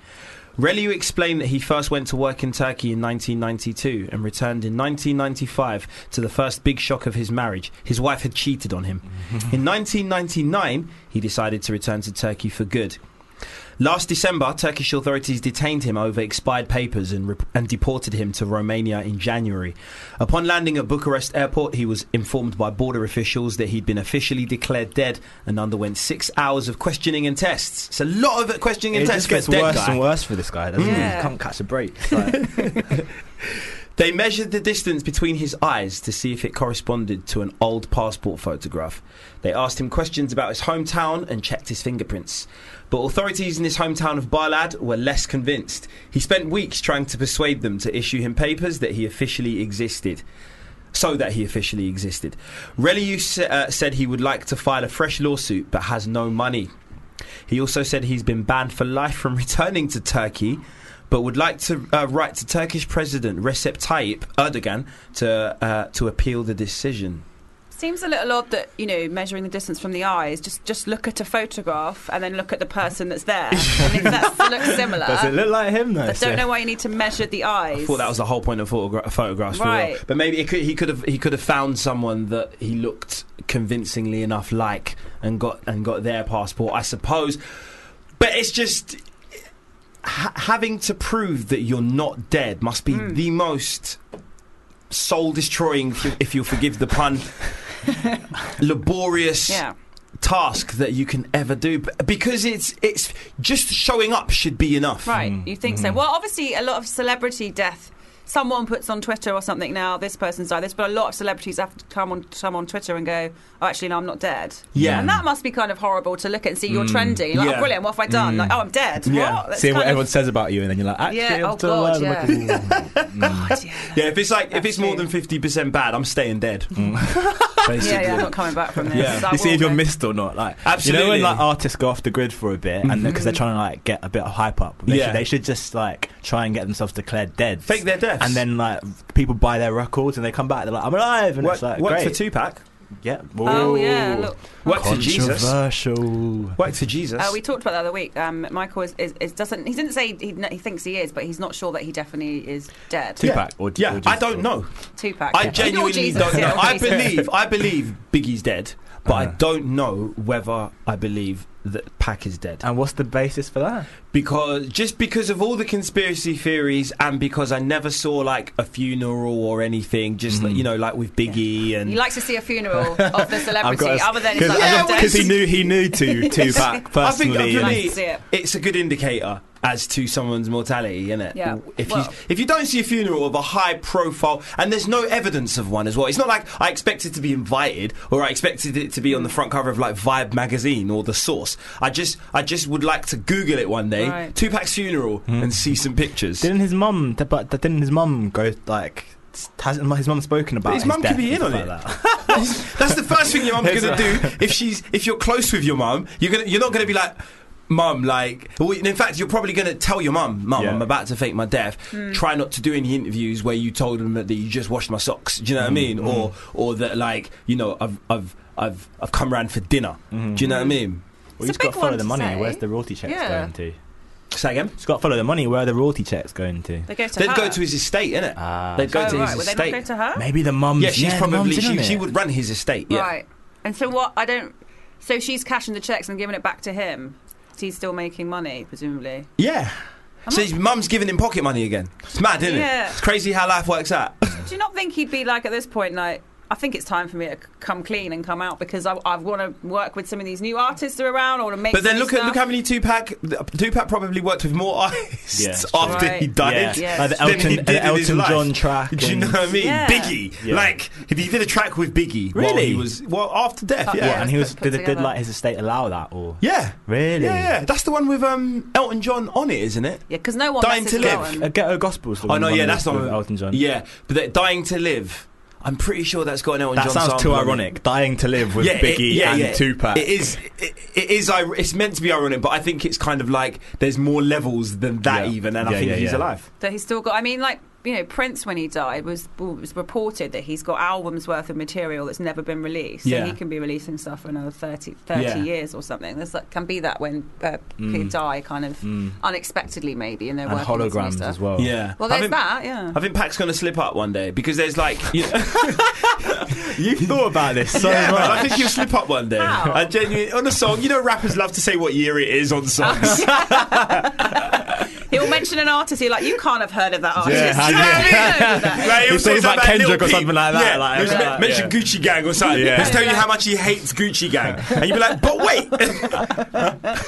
Reliu explained that he first went to work in Turkey in 1992 and returned in 1995 to the first big shock of his marriage. His wife had cheated on him.
Mm-hmm.
in 1999, he decided to return to Turkey for good. Last December, Turkish authorities detained him over expired papers and, rep- and deported him to Romania in January. Upon landing at Bucharest airport, he was informed by border officials that he'd been officially declared dead and underwent six hours of questioning and tests. It's a lot of questioning and
It
tests
just gets
for a dead
worse
guy.
and worse for this guy, doesn't it?
Yeah.
He can't catch a break. Like,
They measured the distance between his eyes to see if it corresponded to an old passport photograph. They asked him questions about his hometown and checked his fingerprints. But authorities in his hometown of Balad were less convinced. He spent weeks trying to persuade them to issue him papers that he officially existed. So that he officially existed. Reliu s- uh, said he would like to file a fresh lawsuit but has no money. He also said he's been banned for life from returning to Turkey, but would like to uh, write to Turkish President Recep Tayyip Erdogan to uh, to appeal the decision.
Seems a little odd that you know measuring the distance from the eyes. Just just look at a photograph and then look at the person that's there. I think that's to look similar.
does it look like him though?
I
So-
don't know why you need to measure the eyes.
I thought that was the whole point of photogra- photographs, for real.
Right.
But maybe it could, he could have he could have found someone that he looked convincingly enough like and got and got their passport, I suppose. But it's just ha- having to prove that you're not dead must be
Mm.
the most soul destroying, if you'll forgive the pun, laborious
Yeah,
task that you can ever do B- because it's it's just showing up should be enough.
right.
Mm,
You think so?
mhm.
Well, obviously, a lot of celebrity death. Someone puts on Twitter or something now. This person's died. This, but a lot of celebrities have to come on come on Twitter and go, "Oh, actually, no, I'm not dead."
Yeah.
and that must be kind of horrible to look at and see you're
Mm,
trending. Like,
yeah.
oh, brilliant. What have I done?
Mm.
Like, oh, I'm dead. What?
Yeah,
That's
seeing what
kind
everyone
of-
says about you, and then you're like, actually,
Yeah,
I'm
oh
still
God,
alive. I'm like,
God, yeah.
Yeah, if it's like if
That's
it's more
true.
than fifty percent bad, I'm staying dead.
Mm. "Ooh."
Yeah, yeah, I'm
Basically.
not coming back from this.
Yeah,
I
you see
will
if you're
go.
missed or not. Like, you know
Absolutely.
when like artists go off the grid for a bit, and because they're trying to like get a bit of hype up, they,
Yeah.
should, they should just like try and get themselves declared dead,
Fake their deaths,
and then like people buy their records and they come back, they're like, I'm alive, and
work,
it's like
work
great.
for Tupac,
Yeah.
Oh yeah, look.
work for Jesus,
Controversial.
work for Jesus.
Uh, we talked about that the other week. Um, Michael is, is, is doesn't he didn't say he, kn- he thinks he is, but he's not sure that he definitely is dead.
Yeah.
Tupac or-
yeah,
or
I
Jesus
don't
or-
know.
Tupac.
I
yeah.
genuinely
Or Jesus,
don't
yeah,
know.
or
I
Jesus.
believe I believe Biggie's dead, but I
Uh-huh.
don't know whether I believe that Pac is dead.
And what's the basis for that?
because just because of all the conspiracy theories and because I never saw like a funeral or anything, just like,
Mhm.
you know, like with Biggie and
He likes to see a funeral of the
I've
celebrity,
got
other than he's like,
Yeah,
I'm not dead.
because he knew he knew to Tupac
I think
personally.
I've
and-
Nice
really-
to see it.
it's a good indicator as to someone's mortality, isn't it?
Yeah.
If
Well-
you if you don't see a funeral of a high profile and there's no evidence of one as well, it's not like I expected to be invited or I expected it to be on the front cover of like Vibe magazine or The Source. I just I just would like to Google it one day,
Right.
Tupac's funeral, and see some pictures.
Didn't his mum? But didn't his mum go like? Hasn't his mum spoken about
His mum could
death
be
and
in on
stuff
it.
like that?
That's the first thing your mum's
It's
gonna do if she's if you're close with your mum. You're gonna you're not gonna be like. Mum, like, well, in fact, you're probably going to tell your mum, Mum,
Yeah.
I'm about to fake my death.
Hmm.
Try not to do any interviews where you told them that you just washed my socks. Do you know
Hmm.
what I mean? Or, or that, like, you know, I've, I've, I've, I've come round for dinner.
Hmm.
Do you know what I mean?
Well,
It's a
he's got
big
to follow
one
the
to
money.
say.
Where's the royalty checks
Yeah.
going to?
Say again.
He's got to follow the money. Where are the royalty checks going to?
They go to
They'd
her.
go to his estate, innit?
Ah,
They'd go
oh,
to
right.
his
Would they not
estate.
go to her?
maybe the mum's.
yeah, she's
the
probably
mum's in on
she,
it.
she would run his estate. Yeah.
Right. And so what? I don't. So she's cashing the checks and giving it back to him. He's still making money, presumably.
Yeah. So his mum's giving him pocket money again. It's mad, isn't
Yeah.
it? It's crazy how life works out.
Do you not think he'd be like at this point like? I think it's time for me to c- come clean and come out because I, I want to work with some of these new artists that are around. I want to make.
But then
some
look
new
at look
stuff."
how many Tupac. Tupac probably worked with more artists
Yeah.
after
Right.
he died.
Yeah.
Yeah.
Like the
Than he
Elton,
did in
the
his
Elton
life.
John track.
Do you
and-
know what I mean?
Yeah.
Biggie,
Yeah.
like he did a track with Biggie. while
Really?
he was well after death.
Fuck
Yeah,
yeah.
And he was
Put- put
did, did
together.
like his estate allow that or
yeah,
really?
yeah, yeah. That's the one with um, Elton John on it, isn't it?
Yeah, because no one
Dying
messes
to live.
well and-
Uh, A ghetto gospels.
Oh no, yeah, that's not
Elton John.
Yeah, but that dying to live. I'm pretty sure that's got an Elton
that
John.
sounds too
sample on it.
ironic. Dying to live with
Yeah, it-
Biggie
yeah,
and
yeah.
Tupac.
It is. It, it is. ir- It's meant to be ironic, but I think it's kind of like there's more levels than that
Yeah.
even, and I
Yeah,
think
yeah,
he's
yeah.
alive.
that he's still got. I mean, like you know, Prince when he died was was reported that he's got albums worth of material that's never been released. So
Yeah.
he can be releasing stuff for another 30, 30
Yeah. Mm.
years or something. There's like can be that when uh, people die kind of unexpectedly maybe, and they're
and
working on some new
holograms
stuff.
as well.
Yeah.
Well,
I
there's
think,
that. Yeah.
I think Pac's gonna slip up one day because there's like. You
you thought about this so
yeah, man, I
much.
think he'll slip up one day.
How?
I genuinely, on a song, you know, rappers love to say what year it is on songs.
He'll mention an artist. You're like, you can't have heard of that artist.
Yeah, how
You know
do you-
what I mean? Don't do that.
Like, he'll
He
say
talks about
something
Kendrick
Lil
or something
Peep.
like that,
Yeah,
like,
he'll
yeah.
men- mention
Yeah.
Gucci Gang or something.
Yeah.
He's telling you how much he hates Gucci Gang, and you'll be like, "But wait,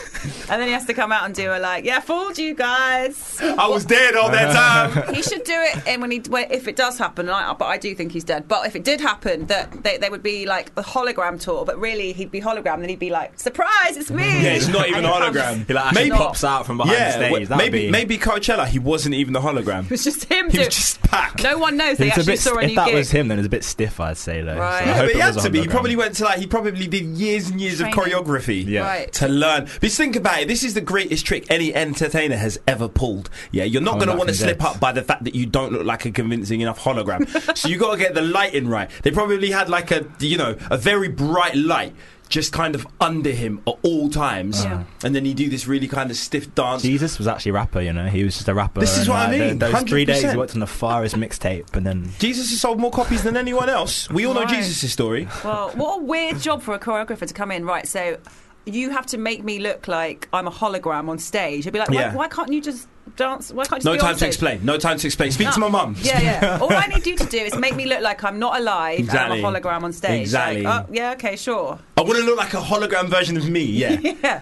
And then he has to come out and do a like, yeah, fooled you guys.
I was dead all that
Uh-huh.
time."
he should do it and when he when, if it does happen and I, but I do think he's dead but if it did happen that they, they would be like the hologram tour but really he'd be hologram then he'd be like surprise it's me
Yeah, it's not even
And
a
he comes-
hologram.
He like actually
Maybe-
pops out from behind the
Yeah,
stage.
wait,
That would
maybe
be-
maybe Coachella. He wasn't even the hologram.
it was just him
He was
doing
just Pac.
no one knows they
It's a
actually
bit,
saw a new
if that
gig
was him, then it's a bit stiff, I'd say though.
Right.
So
Yeah,
I
Yeah,
hope
but he
it
had
was a
to be. He
hologram.
probably went to like he probably did years and years
Training.
of choreography.
Yeah.
Right.
To learn. But think about it. This is the greatest trick any entertainer has ever pulled. Yeah, you're not going
Coming
to
back
want to
from
slip
dead.
up by the fact that you don't look like a convincing enough hologram. so you got to get the lighting right. They probably had like a you know a very bright light. Just kind of under him at all times,
Yeah.
and then you do this really kind of stiff dance.
Jesus was actually a rapper, you know. He was just a rapper.
This is
and,
what I
like, th-
mean,
Those three days, he
100%.
worked on the farthest mixtape, and then
Jesus has sold more copies than anyone else. We all know
Right.
Jesus' story.
well what a weird job for a choreographer to come in right so you have to make me look like I'm a hologram on stage I'd be like why,
Yeah.
why can't you just dance why can't you just
No
be on
time to
stage?
explain. No time to explain. Speak to my mum.
Yeah, yeah. All I need you to do is make me look like I'm not alive
Exactly.
and I'm a hologram on stage.
Exactly.
Like, oh, yeah, okay, sure.
I want to look like a hologram version of me. Yeah.
Yeah.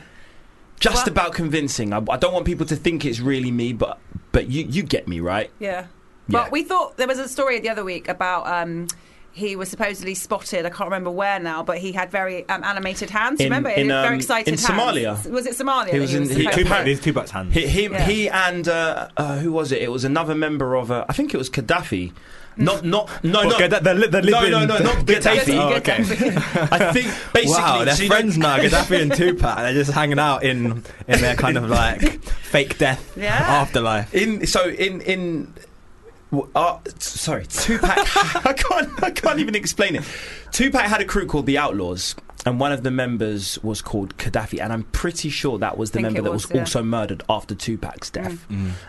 just
Well-
about convincing. I, I don't want people to think it's really me, but but you you get me right.
Yeah.
Yeah.
But we thought there was a story the other week about um, he was supposedly spotted. I can't remember where now, but he had very um, animated hands.
In-
remember,
in,
very
um,
excited
in
hands.
Somalia.
Was it Somalia?
He
that
was in- he-
supposedly-
Tupac-
Tupac, Tupac's hand.
He he,
Yeah.
he and uh, uh, who was it? It was another member of uh, I think it was
Mm.
Gaddafi. Not not no
Well,
no.
Gadda- the li- the
no,
Libyan
no, no, not
dictator.
Gaddafi.
Oh, okay.
I think basically
wow, they're
so you know-
friends now, Gaddafi and Tupac. They're just hanging out in in their kind of like fake death
Yeah.
afterlife.
In so in in. w- Uh, t- sorry, Tupac. I can't. I can't even explain it. Tupac had a crew called the Outlaws, and one of the members was called Gaddafi, and I'm pretty sure that was the
Think
member
it
that
was,
was
yeah.
also murdered after Tupac's death.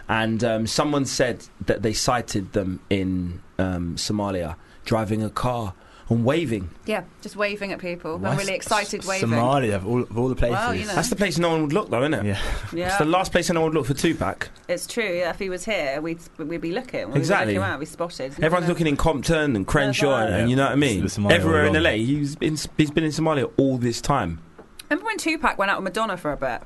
And um, someone said that they sighted them in um, Somalia driving a car and waving.
Yeah, just waving at people.
Why
I'm really
S-
excited waving.
Somalia of all, of all the places.
Well, you know.
That's the place no one would look, though, isn't it?
Yeah.
It's
Yeah,
the last place anyone would look for Tupac.
it's true. Yeah, if he was here, we'd we'd be looking. We'd
Exactly.
Be looking around. We spotted.
Everyone's
Yeah.
looking in Compton and Crenshaw,
Yeah,
and,
yeah.
you know what I mean.
It's the Somalia
Everywhere
all
in
along.
LA, he's been, he's been in Somalia all this time.
Remember when Tupac went out with Madonna for a bit?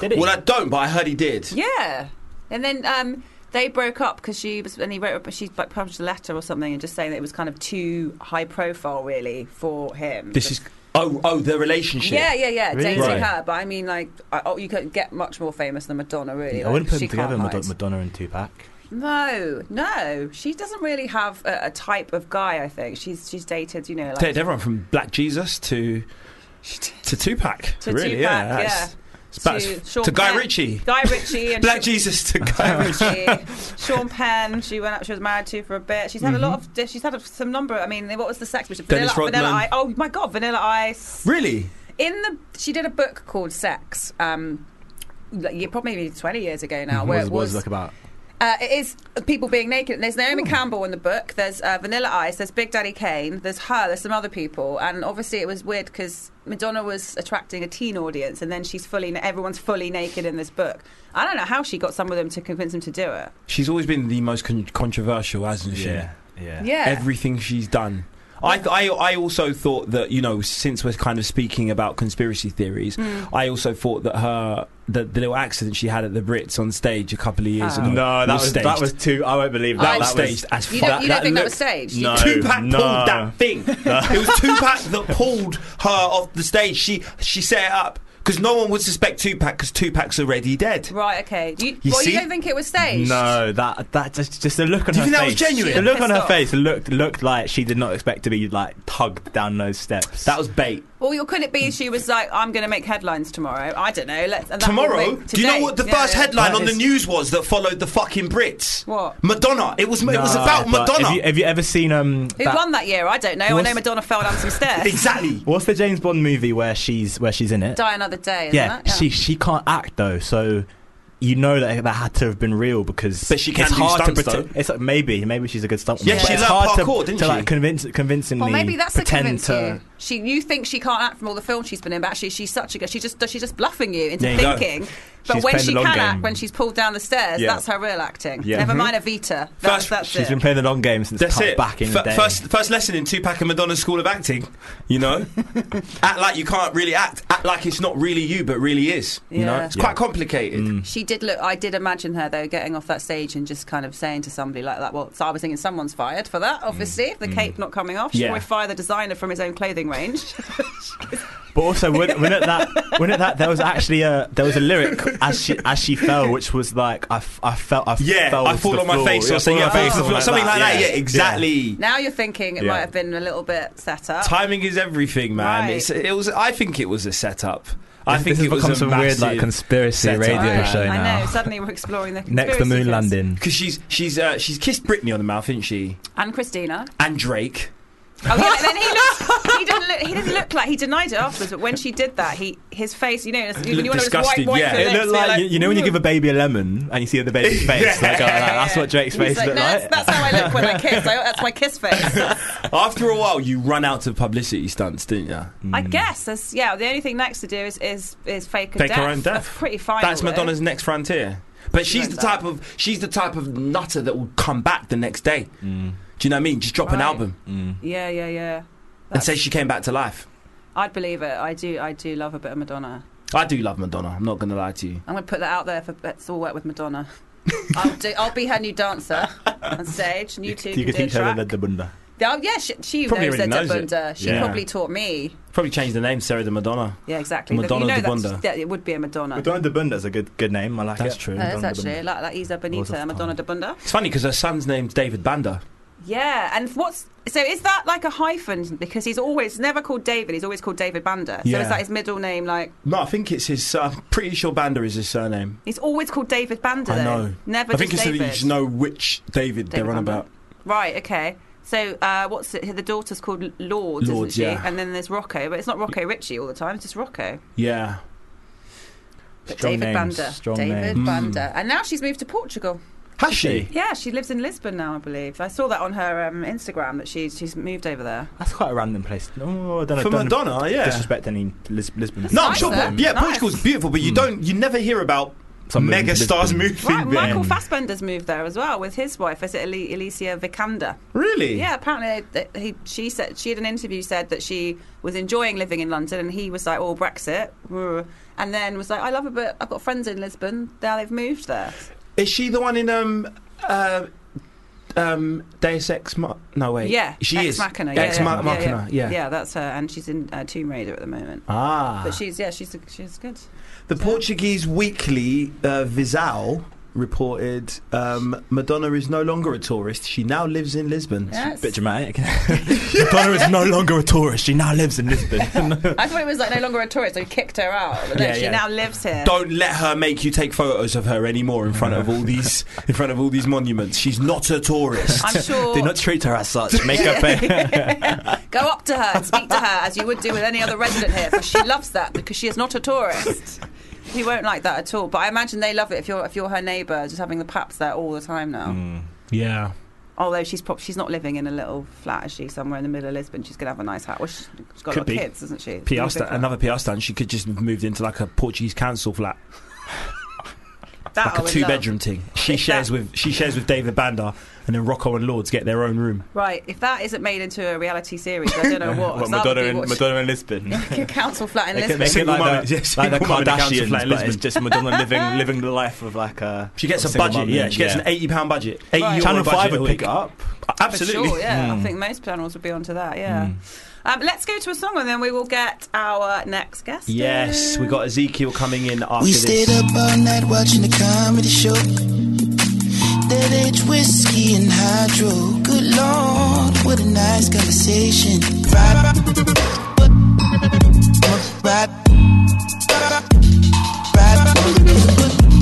Did he?
Well, I don't, but I heard he did.
Yeah, and then um, they broke up because she was, and he wrote, she like, published a letter or something, and just saying that it was kind of too high profile, really, for him.
This is oh oh the relationship.
yeah, yeah, yeah,
Really?
dating
Right.
her, but I mean, like, I, oh, you could get much more famous than Madonna, really.
I wouldn't
like,
put
she
them together,
can't hide.
Madonna, Madonna and Tupac.
No, no, she doesn't really have a, a type of guy. I think she's she's dated, you know, like
Dated everyone from Black Jesus to to Tupac.
To
really,
Tupac,
yeah. that's- it's about
To
as-
Sean
to Guy
Penn.
Ritchie.
Guy Ritchie and
Black Jesus to Guy.
Richie, Sean Penn. She went up. She was married to for a bit. She's
Mm-hmm.
had a lot of. She's had a, some number. I mean, what was the sex? Vanilla,
Dennis
Vanilla
Rodman.
Ice. Oh my God, Vanilla Ice.
really?
In the, she did a book called Sex. Um, like, yeah, probably maybe twenty years ago now.
What
where
Mm-hmm.
it was,
was- what was it like Oh. about?
Uh, it is people being naked. There's Naomi Campbell in the book. There's uh, Vanilla Ice. There's Big Daddy Kane. There's her. There's some other people. And obviously, it was weird because Madonna was attracting a teen audience, and then she's fully everyone's fully naked in this book. I don't know how she got some of them to convince them to do it.
She's always been the most con- controversial, hasn't she?
Yeah, yeah.
Yeah.
Everything she's done. I, th- I, I also thought that you know since we're kind of speaking about conspiracy theories,
Hmm.
I also thought that her the, the little accident she had at the Brits on stage a couple of years
Oh.
ago.
No, that was
staged.
that was too. I won't believe
I-
that. that
staged
was,
as
you
fuck.
don't, you don't
That
think that
look-
was staged? You-
No,
Tupac
no.
pulled that thing. it was Tupac that pulled her off the stage. She she set it up because no one would suspect Tupac because Tupac's already dead.
Right. Okay. Do you,
You
well,
see?
you don't think it was staged?
No, that that just just the look on
Do you
her
think that was
face.
genuine?
The look
Pissed
on her
off.
face looked looked like she did not expect to be like tugged down those steps.
That was bait.
Well, or could it be she was like, "I'm going to make headlines tomorrow"? I don't know. Let's and that will
Tomorrow,
make-
do you know
today.
what the
Yeah,
first
yeah.
headline
That
on the
is-
news was that followed the fucking Brits?
What?
Madonna. It was it was
No,
about
but
Madonna.
Have you, have you ever seen um?
Who
that-
won that year? I don't know. I
What's-
know Madonna fell down some stairs.
exactly.
What's the James Bond movie where she's where she's in it?
Die another day. Isn't
yeah,
it?
she she can't act though, so you know that that had to have been real because
But she can
it's
do
hard
stunts,
to pretend. It's like maybe maybe she's a good stuntwoman.
Yeah,
but
she
it's
learned
hard to-
parkour,
to,
didn't she?
like convince convincingly.
Well, maybe that's the
pretend
convince
to.
you. She, you think she can't act from all the films she's been in, but actually she's such a good. She just she's just bluffing you into
There you go.
thinking. But
She's
when
playing
she
the long
can act,
game.
when she's pulled down the stairs,
Yeah.
that's her real acting.
Yeah.
Never
Mhm.
mind a Vita. That's,
First-
that's
She's
it.
been playing the long game since
That's
pa-
it.
back in the
F-
day.
First, first lesson in Tupac and Madonna's School of Acting. You know, act like you can't really act. Act like it's not really you, but really is. You know,
Yeah.
it's quite complicated.
Mm.
She did look. I did imagine her though getting off that stage and just kind of saying to somebody like that. Well, so I was thinking someone's fired for
Mm.
that. Obviously, if the cape not coming off, she
Yeah.
yeah. would fire the designer from his own clothing range.
But also, when, when at that, when at that, there was actually a there was a lyric as she as she fell, which was like, "I, f- I felt I
Yeah,
fell
I
to
fall
the
on my
floor.
face
Yeah,
or something,
fall
yeah,
on my
face or something, like that. Yeah, exactly.
now you're thinking it
Yeah.
might have been a little bit set up.
Timing is everything, man.
Right.
It's, it was. I think it was a setup. I
This-
think
this
it was
becomes
a
some weird like conspiracy
setup.
radio
Right.
show
I
now.
know. Suddenly we're exploring the
Next the
conspiracy
moon
theories.
landing.
because she's she's uh, she's kissed Britney on the mouth, isn't she?
and Christina.
And Drake.
Oh yeah, and then he looked. He didn't look. He didn't look like he denied it afterwards. But when she did that, he his face. You know, it's- when you want to just
disgusted,
wipe, wipe
yeah. It
your
It
lips,
looked
you're
like, you, you know when you
hmm.
give a baby a lemon and you see the baby's face. like, oh,
Yeah,
that's
yeah.
what Drake's
He's
face
like,
looked
no,
like.
That's, that's how I look when I kiss. I, that's my kiss face.
After a while, you run out of publicity stunts, didn't you?
I guess. That's, yeah. The only thing next to do is is, is fake a
Fake
death.
her own death.
That's pretty final.
That's
though.
Madonna's next frontier. But she's
like
the
that.
type of she's the type of nutter that will come back the next day. Do you know what I mean? Just drop an
Mm. Right.
album
Yeah, yeah, yeah.
and
That's-
say she came back to life.
I'd believe it. I do. I do love a bit of Madonna.
I do love Madonna. I'm not going to lie to you.
I'm gonna put that out there for let's all work with Madonna. I'll do. I'll be her new dancer on stage. And you two
You
can
could
do a
teach her the
track.
Dabunda.
Oh yeah, she, she
Probably
knows
already
that
knows it.
Dabunda. She
Yeah.
probably taught me.
Probably change the name Sarah to Madonna.
Yeah, exactly. But
Madonna
you know
de
that's-
Bunda.
that it would be a Madonna.
Madonna Dabunda is a good good name. I like
That's
it.
true.
No,
Madonna
that's actually like that. Isa
Lots
Benita,
of
Madonna de Bunda.
It's funny because her son's name's David Banda.
Yeah, and what's so is that like a hyphen because he's always never called David. He's always called David Banda. So
Yeah.
is that his middle name? Like
No, I think it's his. uh, I'm pretty sure Banda is his surname.
he's always called David Banda.
I
though.
know.
Never.
I think it's
just
so that
David.
you should know which David, they're
David
on
Banda.
about.
Right. Okay. So uh, what's it? The daughter's called Lords,
Lords,
isn't she?
yeah.
And then there's Rocco, but it's not Rocco Richie all the time. It's just Rocco.
Yeah.
But
Strong
David
names,
Banda.
strong
David
names. Hmm.
Banda. And now she's moved to Portugal.
Has she?
Yeah, she lives in Lisbon now, I believe. I saw that on her um, Instagram that she's she's moved over there.
That's quite a random place. Oh, I don't know.
For
don't
Madonna, yeah.
Disrespect any Lis- Lisbon.
no, I'm sure.
Nice, eh?
Port-
though.
yeah,
Nice.
Portugal's beautiful, but you don't. You never hear about
Some
mega stars
Lisbon.
moving
Right,
there.
Michael Fassbender's moved there as well with his wife. Is it Eli- Alicia Vikander?
Really?
Yeah, apparently they- they- he, she said she had an interview said that she was enjoying living in London, and he was like, "Oh, Brexit," uh," and then was like, "I love it, but I've got friends in Lisbon. Now they've moved there."
Is she the one in um uh, um Deus Ex? Ma- no wait.
Yeah,
she
Ex
is
Machina.
Ex
yeah,
Ma-
yeah,
Machina. Yeah.
yeah, that's her, and she's in uh, Tomb Raider at the moment.
Ah.
But she's yeah, she's she's good.
The Portuguese weekly uh, Visal reported um, Madonna is no longer a tourist. She now lives in Lisbon.
Yes.
Bit dramatic. Madonna is no longer a tourist. She now lives in Lisbon.
I thought it was like no longer a tourist. They kicked her out, but
Yeah,
then she
yeah.
now lives here.
Don't let her make you take photos of her anymore in front of all these in front of all these monuments. She's not a tourist.
I'm sure.
Do not treat her as such. Make her pay.
Go up to her and speak to her as you would do with any other resident here, for she loves that because she is not a tourist. He won't like that at all. But I imagine they love it if you're if you're her neighbour, just having the paps there all the time now.
Mm.
Yeah.
Although she's prob- she's not living in a little flat, is she? Somewhere in the middle of Lisbon, she's gonna have a nice house. Well, she- she's got
Could
a lot
be.
of kids, doesn't she? It's gonna
PR
be
stand,
big
another PR stand. She could just have moved into like a Portuguese council flat,
flat. That
like
I
a
would
two
love.
bedroom thing. She shares with she shares with David Banda, and then Rocco and Lords get their own room.
Right, if that isn't made into a reality series, I don't know what. 'cause that would
Madonna
be
and
what-
Madonna in Lisbon.
a council flat in
They could
Lisbon.
make it
Single
like
mum- yeah,
the, like the
single mum in a council
Kardashians,
flat
but
in
it's
Lisbon.
just Madonna living living the life of like a.
She gets
of
a
single
budget.
mum
Yeah,
and-
she gets an eighty pound budget. Eighty
Right.
euro
Channel
budget
Five
a
would pick it
week.
up.
For
Absolutely.
sure, yeah. I think most panels would be onto that, yeah. Um, let's go to a song and then we will get our next guest.
Yes, we got Ezekiel coming in after
We
this.
stayed up all night watching the comedy show. That age whiskey and hydro. Good lord, what a nice conversation. Ride, ride, ride,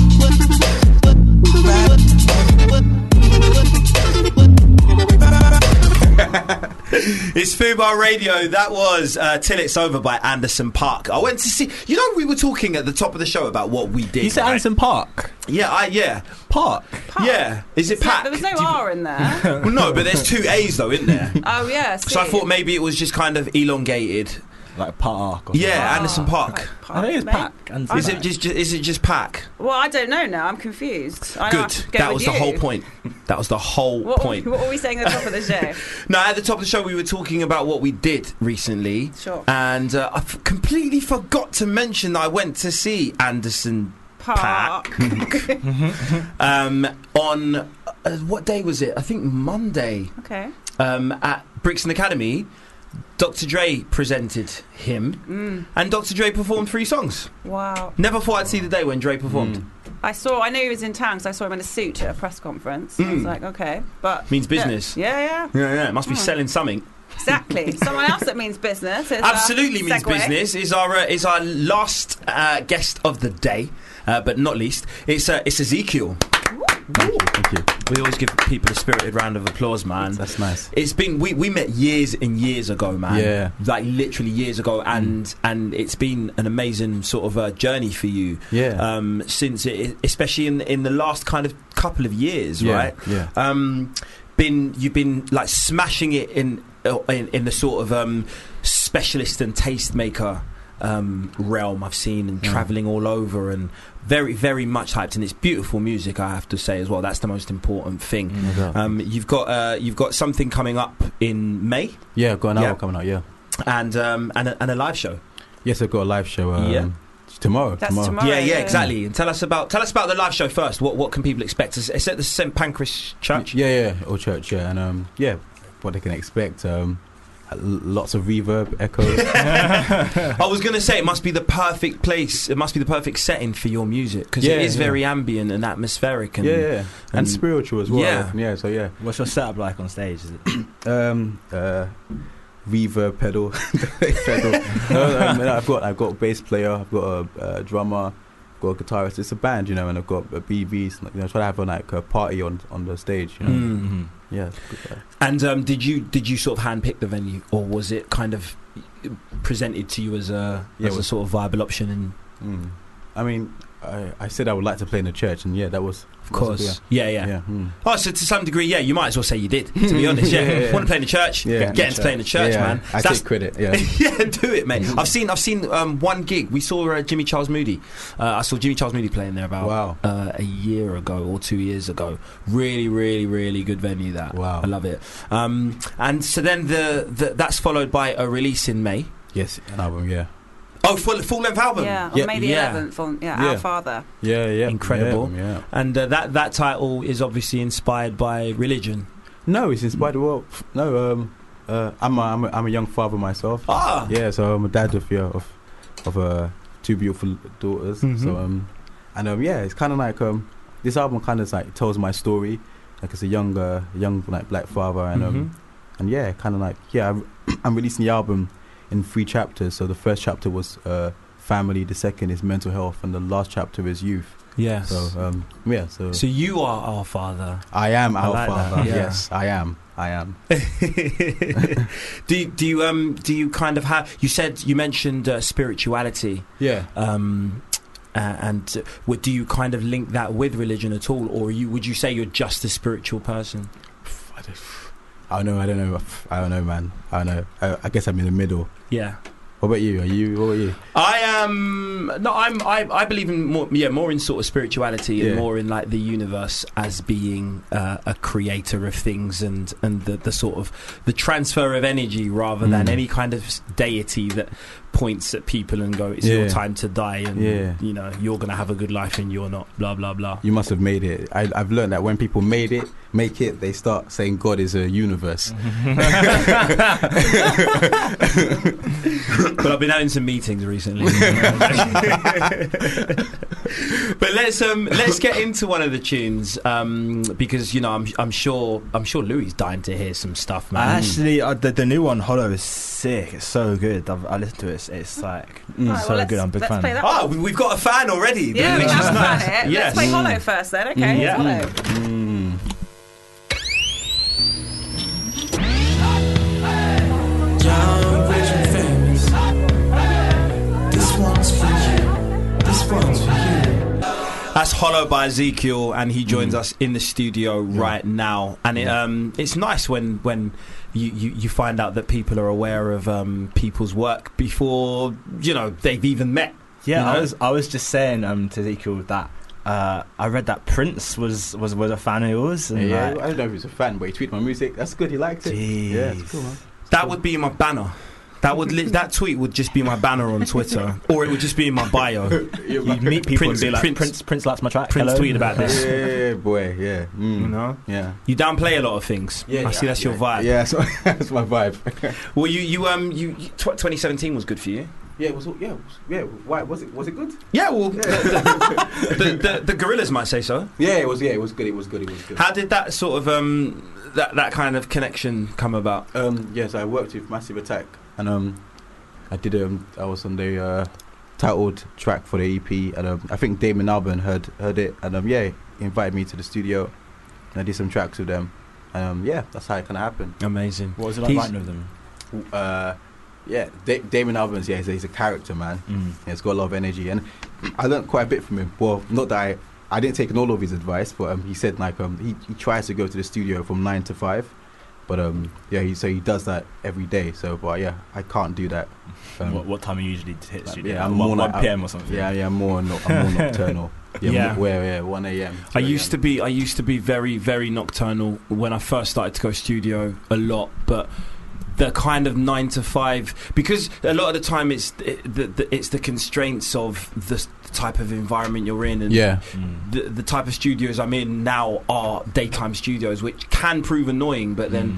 It's Fubar Radio. That was uh, Till It's Over by Anderson Park. I went to see. You know, we were talking at the top of the show about what we did.
You said
right?
Anderson Park.
Yeah, I, yeah.
Park.
Yeah. Is it Pack?
There was no R in there.
Well, no, but there's two A's though, isn't there?
oh, yeah.
so I
see.
thought maybe it was just kind of elongated.
Like park. Or
Yeah, Anderson Park.
Pardon me?
Anderson
Is it just, is it just Pack?
Well, I don't know now. I'm confused. I
Good.
have to go
That
with
was
you.
the whole point. That was the whole
What,
point.
what were we saying at the top of the show?
No, at the top of the show, we were talking about what we did recently.
Sure.
And uh, I f- completely forgot to mention that I went to see Anderson
Park.
um, on uh, what day was it? I think Monday
Okay.
um, at Brixton Academy. Dr. Dre presented him,
Mm.
and Dr. Dre performed three songs.
Wow.
Never thought I'd see the day when Dre performed.
I saw, I knew he was in town because I saw him in a suit at a press conference. I was
Mm.
like, okay. But.
Means business.
Yeah, Hmm. yeah.
Yeah, yeah, must be selling something.
Exactly. Someone else that means business. is uh, our
Absolutely means
segue.
business is our uh, is our last uh, guest of the day, uh, but not least. It's uh, it's Ezekiel. Thank you, thank you. We always give people a spirited round of applause, man.
That's nice.
It's been we, we met years and years ago, man.
Yeah.
like literally years ago, and and it's been an amazing sort of uh, journey for you.
Yeah.
Um, since it, especially in in the last kind of couple of years, right?
Yeah.
um, been you've been like smashing it in uh, in, in the sort of um, specialist and tastemaker um, realm I've seen and traveling all over and very very much hyped and it's beautiful music I have to say as well that's the most important thing
Oh
um, you've got uh, you've got something coming up in May
Yeah. Got an
Yeah.
album coming out. Yeah.
and um, and, a, and a live show
Yes, I've got a live show. Um,
Yeah.
Tomorrow.
That's tomorrow.
yeah yeah exactly and tell us about tell us about the live show first what what can people expect is it's at the St Pancras Church
Yeah, yeah, old church, yeah, and um, yeah, what they can expect. Um, l- lots of reverb, echoes.
I was going to say it must be the perfect place. It must be the perfect setting for your music because
Yeah,
it is
yeah.
very ambient and atmospheric. And
yeah, yeah, and,
and-
spiritual as well.
Yeah.
yeah. So yeah,
What's your setup like on stage? Is it
um, uh, reverb pedal, pedal. No, no, no, I've got I've got a bass player, I've got a, uh drummer, I've got a guitarist. It's a band, you know, and I've got a BVs. Like, you know, try to have a, like a party on on the stage, you know.
Mm.
Yeah, it's good, uh,
And um, did you did you sort of handpick the venue, or was it kind of presented to you as a
Yeah,
as
it
a
was-
sort of viable option? And
mm. I mean, I, I said I would like to play in a church, and yeah, that was
of course, yeah, yeah.
yeah, yeah. mm.
Oh, so to some degree, yeah, you might as well say you did. To be honest, yeah,
Yeah, yeah, yeah.
want to play in the church?
Yeah.
get into playing the church,
Yeah, Mm-hmm.
man.
I
That's-
take credit. Yeah.
yeah, do it, mate. I've seen, I've seen um, one gig. We saw uh, Jimmy Charles Moody. Uh, I saw Jimmy Charles Moody playing there about
Wow.
uh, a year ago or two years ago. Really, really, really good venue. That
Wow.
I love it. Um, and so then the, the that's followed by a release in May.
Yes, an album. Yeah.
Oh, full full length album.
Yeah, on
Yeah,
May the
yeah.
11th on yeah,
Yeah.
Our Father.
Yeah, yeah.
Incredible.
Yeah. yeah.
And uh, that that title is obviously inspired by religion.
No, it's inspired. Well, no. Um, uh, I'm a, I'm a, I'm a young father myself.
Ah,
Yeah, so I'm a dad of yeah of of uh, two beautiful daughters.
Mhm.
So um, and um, yeah, it's kind of like um, this album kind of like tells my story. Like it's a younger, young like black father, and um, and yeah, kind of like yeah, I'm, I'm releasing the album in three chapters. So the first chapter was uh, family, the second is mental health, and the last chapter is youth.
yes.
So um, yeah, so
so you are our father.
I am
I
our
like that.
father.
Yeah.
Yes, I am. I am.
do you, do you um do you kind of have you said you mentioned uh, spirituality
Yeah.
um
Uh, and uh, would, do you kind of link that with religion at all, or you would you say you're just a spiritual person?
I don't, I don't know. I don't know. I don't know, man. I don't know. I, I guess I'm in the middle.
Yeah.
What about you? Are you? What about you?
I am no, I'm I, I believe in more yeah more in sort of spirituality
Yeah.
and more in like the universe as being uh, a creator of things and and the, the sort of the transfer of energy rather than
Mm.
any kind of s- deity that points at people and go it's
Yeah.
your time to die and
Yeah.
you know you're gonna have a good life and you're not blah blah blah.
You must have made it. I, I've learned that when people made it, make it, they start saying God is a universe.
uh,
but I've been having some meetings recently. but let's um, let's get into one of the tunes um, because you know I'm I'm sure I'm sure Louis is dying to hear some stuff, man.
Ah,
Actually, uh, the, the new one Hollow is sick. It's so good. I've, I listened to it. It's, it's like
Right, well,
so
let's-
good. I'm a big
let's
fan.
Play
Oh,
that
Ah, we, we've got a fan already.
Yeah, we
Which is
have
nice.
done it.
Yes. Mm.
Let's play Hollow first then, okay?
Yeah.
Hollow.
John Legend famous. This one's for you. This one's for you.
That's Hollow by Ezekiel, and he
Mm.
joins us in the studio right now. And it, um, it's nice when when you, you, you find out that people are aware of um, people's work before you know they've even met.
Yeah,
You know?
I was I was just saying um, to Ezekiel that uh, I read that Prince was was, was a fan of yours. And
Yeah,
like,
I don't know if he's a fan, but he tweeted my music. That's good. He liked it.
Jeez.
Yeah, it's cool, man.
That would be my banner. That would li- that tweet would just be my banner on Twitter, or it would just be in my bio.
Yeah,
You meet people
Prince-
and be like,
Prince-
Prince, Prince, likes my track.
Prince
hello."
tweeted about this.
yeah, boy. Yeah. Mm.
You know,
Yeah.
you downplay a lot of things.
Yeah,
I see that's your vibe.
Yeah, so, that's my vibe.
Well, you you um you you- tw- 2017 was good for you.
Yeah, it was yeah, it was- yeah. Why was it was it good?
Yeah, well, the, the, the, the gorillas might say so.
Yeah, it was. Yeah, it was good. It was good. It was good.
How did that sort of um that that kind of connection come about?
Um, yes, I worked with Massive Attack, and um, I did um, I was on the uh, titled track for the EP, and um, I think Damon Albarn heard heard it, and um, yeah, he invited me to the studio, and I did some tracks with them, and um, yeah, that's how it kind of happened.
Amazing.
What was it like
He's-
writing with them?
Uh, yeah, da- Damon Albarn's yeah, he's a, he's a character man.
Mm.
Yeah, he's got a lot of energy, and I learned quite a bit from him. Well, not that I. I didn't take in all of his advice, but um, he said like um, he, he tries to go to the studio from nine to five, but um, yeah, he, so he does that every day. So, but yeah, I can't do that. Um,
what, what time you usually hit
like,
studio?
yeah,
Like
I'm
1,
more like-
1 p.m. or something.
Yeah, yeah, I'm more, no, I'm more nocturnal. Yeah,
Yeah.
yeah. where, yeah, 1 a.m.
I used to be I used to be very very nocturnal when I first started to go studio a lot, but the kind of nine to five because a lot of the time it's it, the, the, it's the constraints of the s- type of environment you're in and
Yeah,
the, the type of studios I'm in now are daytime studios, which can prove annoying. But
Mm.
then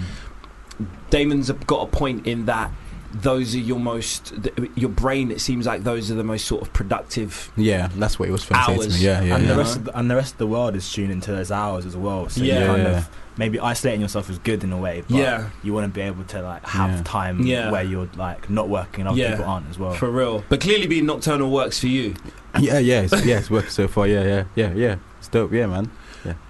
Damon's got a point in that those are your most th- your brain. It seems like those are the most sort of productive.
yeah, that's what he was trying to say to
Hours.
me. Yeah, yeah,
and
yeah.
the rest of the, and the rest of the world is tuning to those hours as well. So
Yeah.
you kind
Yeah.
of maybe isolating yourself is good in a way, but
Yeah.
you want to be able to like have
Yeah.
time
Yeah.
where you're like not working and other
Yeah.
people aren't as well.
For real, but clearly being nocturnal works for you.
yeah, yeah, it's, yeah, it's worked so far. Yeah, yeah, yeah, yeah. It's dope. Yeah, man.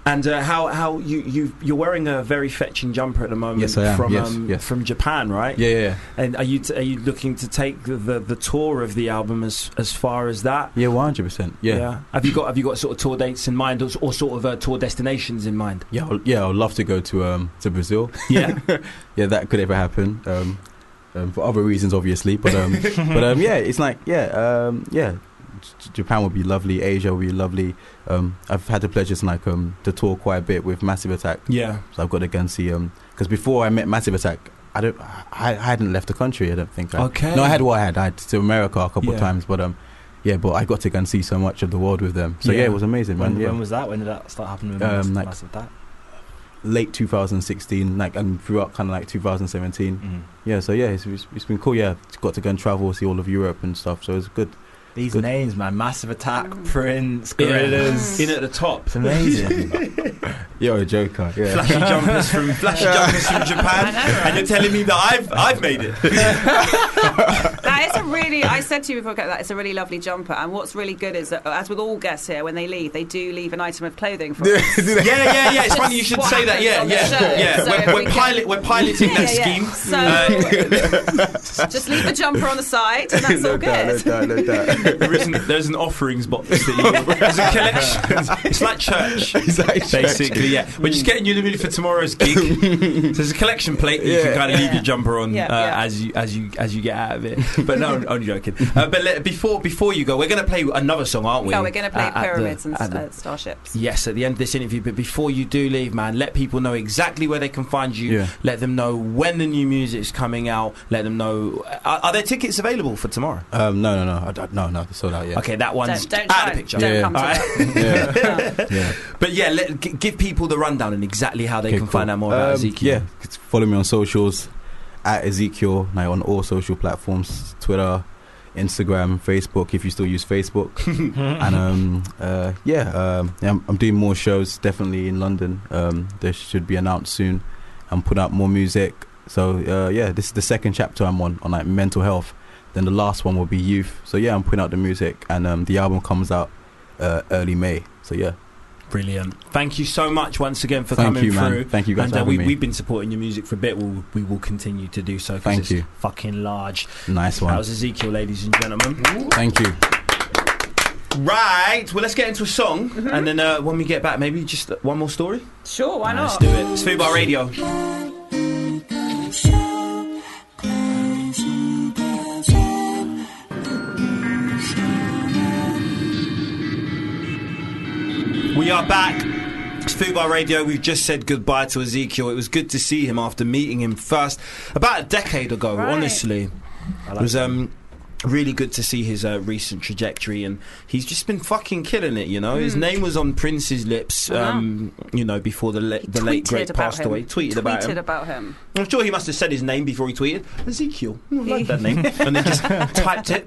And uh, how how you you you're wearing a very fetching jumper at the moment
Yes, I am.
from
Yes,
um,
yes.
from Japan, right?
Yeah, yeah, yeah.
And are you t- are you looking to take the, the, the tour of the album as as far as that?
Yeah, 100%. Yeah. Yeah,
Have you got have you got sort of tour dates in mind or, or sort of uh, tour destinations in mind?
yeah, I'll, yeah, I'd love to go to um to Brazil.
Yeah.
Yeah, that could ever happen. Um, um, for other reasons, obviously, but um, but um, yeah, it's like yeah, um, yeah. J- Japan would be lovely. Asia would be lovely. Um, I've had the pleasure to like um to tour quite a bit with Massive Attack.
yeah.
So I've got to go and see um because before I met Massive Attack, I don't I, I hadn't left the country. I don't think. I,
Okay.
No, I had what I had. I had to America a couple
Yeah.
of times, but um, yeah, but I got to go and see so much of the world with them. So yeah,
Yeah.
it was amazing, man.
When,
yeah.
when was that? When did that start happening? With
Um,
um,
like-
massive that.
Late 2016, like and throughout kind of like 2017. Yeah, so yeah, it's, it's, it's been cool. Yeah, got to go and travel, see all of Europe and stuff. So it's good.
These
Good.
names, man, massive attack, Prince,
Yeah.
Gorillas.
In at the top.
It's amazing.
You're a joker. Yeah.
Flashy jumpers from flashy jumpers from Japan, and you're telling me that I've I've made it.
That that is a really. I said to you before I got that it's a really lovely jumper. And what's really good is that, as with all guests here, when they leave, they do leave an item of clothing for us.
yeah, yeah, yeah. It's funny you should
What
say that.
happens
Yeah,
on the
yeah,
show.
yeah.
So
we're,
if we
we're,
can-
pilot, we're piloting
Yeah,
that
yeah, yeah.
scheme. Uh,
So just leave the jumper on the side, and that's all
no doubt, no
good.
doubt, no doubt.
There is an, there's an offerings box that you can, there's a collection. It's like church, basically. Yeah, we're just getting you in the mood for tomorrow's gig. So there's a collection plate that you can
Yeah.
kind of leave your jumper on
Yeah,
uh,
yeah.
as you as you as you get out of it. But no, I'm only joking. Uh, but let, before before you go, we're going to play another song, aren't we?
No, we're going to play
At- at the-
pyramids and
at the-
uh, starships.
Yes, at the end of this interview. But before you do leave, man, let people know exactly where they can find you.
Yeah.
Let them know when the new music's coming out. Let them know. uh, Are, are there tickets available for tomorrow?
Um, no, no, no, I don't- no, no, they sold out. Yeah.
Okay, that one's
Don't, don't
out
try.
of the picture.
Don't
Yeah.
come to
All
that.
right.
Yeah.
But yeah, let, g- give people the rundown and exactly how they
Okay,
can
cool.
find out more about
Um,
Ezekiel.
Yeah, just follow me on socials at Ezekiel now on all social platforms: Twitter, Instagram, Facebook. If you still use Facebook, and um, uh, yeah, um, yeah, I'm, I'm doing more shows definitely in London. Um, they should be announced soon, and put out more music. So uh, yeah, this is the second chapter I'm on on like mental health. Then the last one will be youth. So yeah, I'm putting out the music, and um, the album comes out uh, early May. So yeah,
Brilliant. Thank you so much once again for
thank
coming
you, man.
through.
Thank you guys
and
for
uh, we,
having
we've
me.
been supporting your music for a bit. We'll, we will continue to do so. 'cause
Thank
it's
you.
Fucking large.
Nice
That
one.
was Ezekiel, ladies and gentlemen.
Thank you.
Right. Well, let's get into a song,
Mm-hmm.
and then uh, when we get back, maybe just one more story.
Sure, why
Let's
not?
do it. It's Food Bar Radio. We are back. It's Food Bar Radio. We've just said goodbye to Ezekiel. It was good to see him after meeting him first about a decade ago.
Right.
Honestly, it was um really good to see his uh, recent trajectory, and he's just been fucking killing it. You know, his name was on Prince's lips.
Hmm. Wow.
Um, you know, before the le-
He
the late
tweeted
great
about
passed
him.
away. Tweeted, about him.
Tweeted about him.
I'm sure he must have said his name before he tweeted Ezekiel. I like that name, and then just typed it,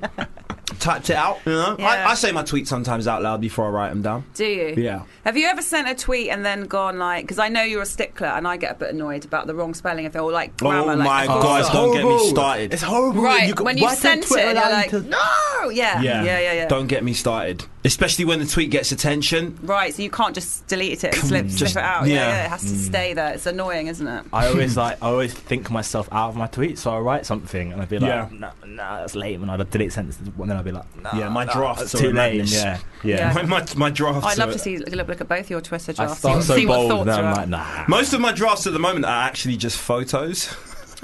typed it out. You know,
Yeah.
I, I say my tweets sometimes out loud before I write them down.
Do you?
Yeah.
Have you ever sent a tweet and then gone like? Because I know you're a stickler, and I get a bit annoyed about the wrong spelling if they're all like grammar.
oh
like, oh,
my
of course
god!
not.
Don't get me
Horrible.
started.
It's horrible.
Right,
You got-
when you
why don't
sent it,
Twitter
you're
allow you
like,
to-
no, yeah, yeah, yeah, yeah.
Don't get me started. Especially when the tweet gets attention.
Right, so you can't just delete it and slip, slip
just-
it out. Yeah,
yeah.
yeah, it has to stay there. It's annoying, isn't it?
I always like I always think myself out of my tweets, so I write something and I'd be like,
Yeah.
no, no, that's lame, and I'd delete sentences, and then I'd be like, nah,
Yeah, my
nah,
drafts
that's
are
too
a
lame.
madness.
Yeah, yeah.
Yeah.
My, my, my drafts.
I'd love
are-
to see look, look at both your Twitter
I
drafts.
start
and
so
see what
bold,
thoughts
then
are
I'm
up.
like, nah.
Most of my drafts at the moment are actually just photos,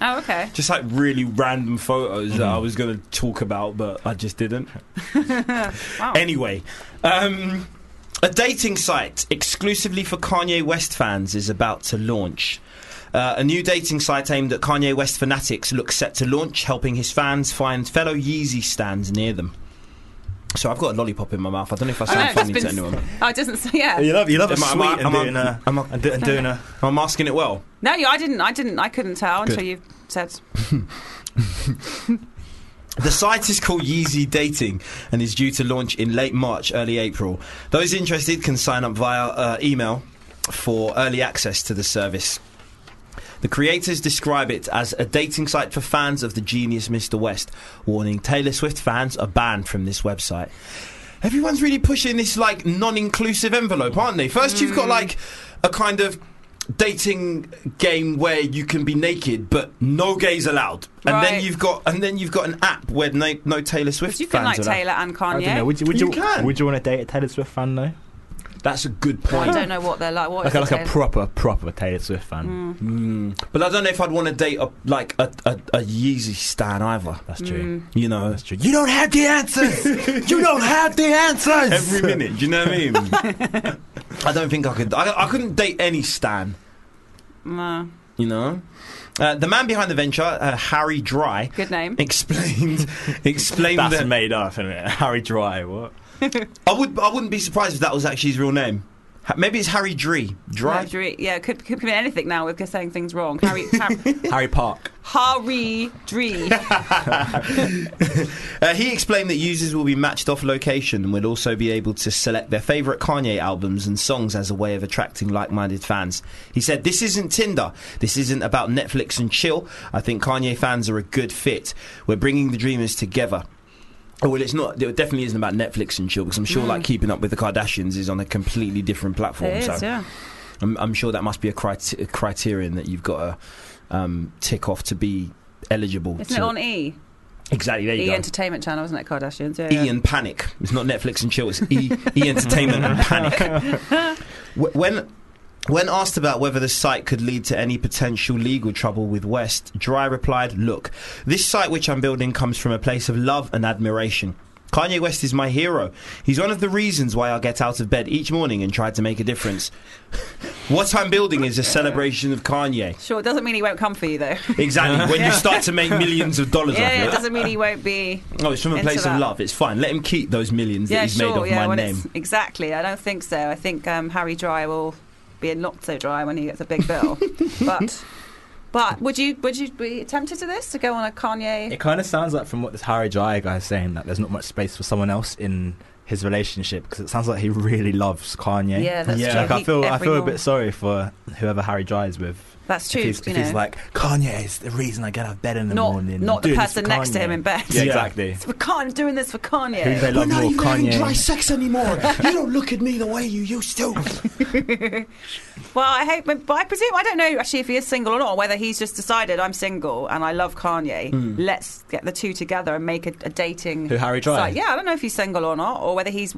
Oh, okay.
just like really random photos
Mm-hmm.
that I was going to talk about, but I just didn't.
Wow.
Anyway, um, a dating site exclusively for Kanye West fans is about to launch. Uh, a new dating site aimed at Kanye West fanatics looks set to launch, helping his fans find fellow Yeezy stands near them. So I've got a lollipop in my mouth. I don't know if I
I
sound
know, it's
funny
just been.
to anyone.
Oh, it doesn't. Yeah.
You love you love a
Am I- am
sweet
I-
and
am I-
doing a
am I-
and do- and doing a
I'm asking it well.
No, you, I didn't. I didn't. I couldn't tell
Good.
until you said.
The site is called Yeezy Dating and is due to launch in late March, early April. Those interested can sign up via uh, email for early access to the service. The creators describe it as a dating site for fans of the genius Mr. West, warning Taylor Swift fans are banned from this website. Everyone's really pushing this like non-inclusive envelope, aren't they? First, you've
Hmm.
got like a kind of dating game where you can be naked but no gays allowed, and then
Right.
you've got and then you've got an app where no, no Taylor Swift
Because you can
fans
like
allowed.
Taylor and
I don't know.
Kanye.
Would you would
You
you,
can.
would you want to date a Taylor Swift fan though?
That's a good
Oh, I
point.
don't know what they're like. What is
Like a,
it,
like a
Taylor?
proper proper Taylor Swift fan.
Mm. But I don't know if I'd want to date a like a, a, a Yeezy stan either.
That's true.
You know,
That's true.
you don't have the answers. you don't have the answers every minute. Do you know what I mean? I don't think I could. I, I couldn't date any Stan.
No.
You know, uh, the man behind the venture, uh, Harry Dry,
Good name.
explained explained
That's
that
made up, isn't it? Harry Dry. What?
I would I wouldn't be surprised if that was actually his real name. Ha- Maybe it's Harry Dree. Dry.
Marjorie- yeah, could, could, could be anything now. We're saying things wrong. Harry, Har-
Harry Park.
Harry Dree.
Uh, he explained that users will be matched off location and will also be able to select their favourite Kanye albums and songs as a way of attracting like minded fans. He said, This isn't Tinder. This isn't about Netflix and chill. I think Kanye fans are a good fit. We're bringing the dreamers together. Oh, well, it's not. It definitely isn't about Netflix and chill because I'm sure, like, keeping up with the Kardashians is on a completely different platform.
Mm. it
so
is, yeah.
I'm, I'm sure that must be a, crit- a criterion that you've got to um, tick off to be eligible.
Isn't
to-
it on E?
exactly. There you
E
go.
Entertainment Channel, isn't it? Kardashians. Yeah, yeah.
E and Panic. It's not Netflix and chill. It's E, e Entertainment and Panic. Wh- When when asked about whether the site could lead to any potential legal trouble with West, Dry replied, "Look, this site which I'm building comes from a place of love and admiration." Kanye West is my hero. He's one of the reasons why I get out of bed each morning and try to make a difference. what I'm building is a celebration of Kanye.
Sure, it doesn't mean he won't come for you though.
Exactly. When you start to make millions of dollars off
yeah,
it.
it doesn't mean he won't be.
Oh, it's from a
Into
place of
that.
love. It's fine. Let him keep those millions that
Yeah,
he's
sure.
made off
yeah,
my
well,
name.
it's exactly. I don't think so. I think um, Harry Dry will be not so dry when he gets a big bill. but but would you would you be tempted to this to go on a Kanye?
It kind of sounds like from what this Harry Jai guy is saying that there's not much space for someone else in his relationship because it sounds like he really loves Kanye.
Yeah, that's
Yeah.
true.
Like I
He-
feel, I
every
feel a
more-
bit sorry for whoever Harry Jai is with.
That's true.
if he's,
you
if he's
know.
like Kanye is the reason I get out of bed in the
not
morning.
not the
Doing this
person
for
next to
Kanye."
him in bed.
Yeah,
Yeah.
exactly.
It's for Kanye. I'm doing this for Kanye.
Who do they love more, Kanye?
sex anymore. you don't look at me the way you used to.
Well, I hope, but I presume I don't know actually if he is single or not, or whether he's just decided I'm single and I love Kanye.
Hmm.
Let's get the two together and make a, a dating.
Who, Harry Dry?
site. Yeah, I don't know if he's single or not, or whether he's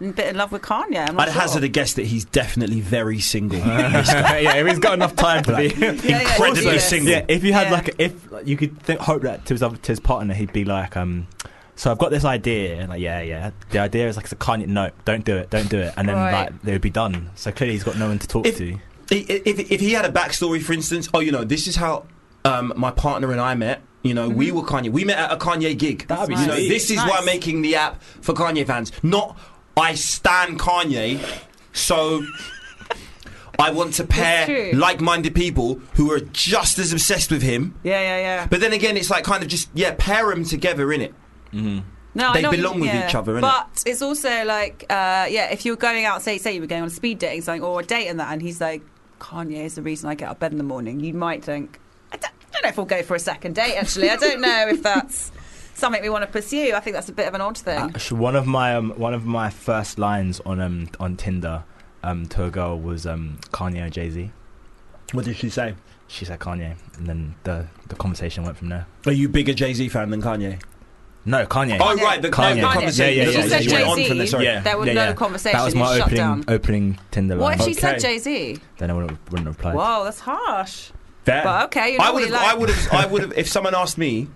a bit in love with Kanye. I'm not
I'd
sure.
hazard a guess that he's definitely very single.
yeah, if he's got enough time to be.
Yeah, yeah,
incredibly
yeah, yeah.
single.
Yeah, if you had
Yeah.
like, if like, you could think, hope that to his, other- to his partner, he'd be like, um, so I've got this idea, and like, yeah, yeah. The idea is like, it's a Kanye, no, don't do it, don't do it, and then
Right.
like they would be done. So clearly, he's got no one to talk
If-
to.
if, if, if he had a backstory, for instance, oh, you know, this is how um, my partner and I met. You know, we were Kanye. We met at a Kanye gig.
That'd be
you know,
sweet.
this is why I'm
Mm-hmm. Nice.
making the app for Kanye fans. Not I stan Kanye, so I want to pair
true.
like-minded people who are just as obsessed with him.
Yeah, yeah, yeah.
But then again, it's like kind of just yeah, pair them together in it.
No, I
They
know what you
belong
mean,
with
yeah.
each other, innit?
But it's also like, uh, yeah, if you're going out, say, say you were going on a speed dating something or a date and that, and he's like, Kanye is the reason I get out of bed in the morning. You might think, I don't, I don't know if we'll go for a second date. Actually, I don't know if that's something we want to pursue. I think that's a bit of an odd
Uh,
thing.
Actually, Uh, one of my um, one of my first lines on um, on Tinder um, to a girl was um, Kanye or Jay Z.
What did she say?
She said Kanye, and then the the conversation went from there.
Are you bigger Jay Z fan than Kanye?
No, Kanye.
Oh right, the,
Kanye.
the
Kanye.
conversation.
Yeah, yeah,
the
yeah,
conversation
yeah,
went
yeah.
on from there. Sorry.
There was no conversation,
That was my
it shut
opening
down.
opening Tinder
What
line.
if she
Okay.
said Jay Z?
Then I wouldn't, wouldn't have replied.
Whoa, that's harsh.
Fair.
But okay, you know
I
what
would
you
have.
like.
I would have. I would have. If someone asked me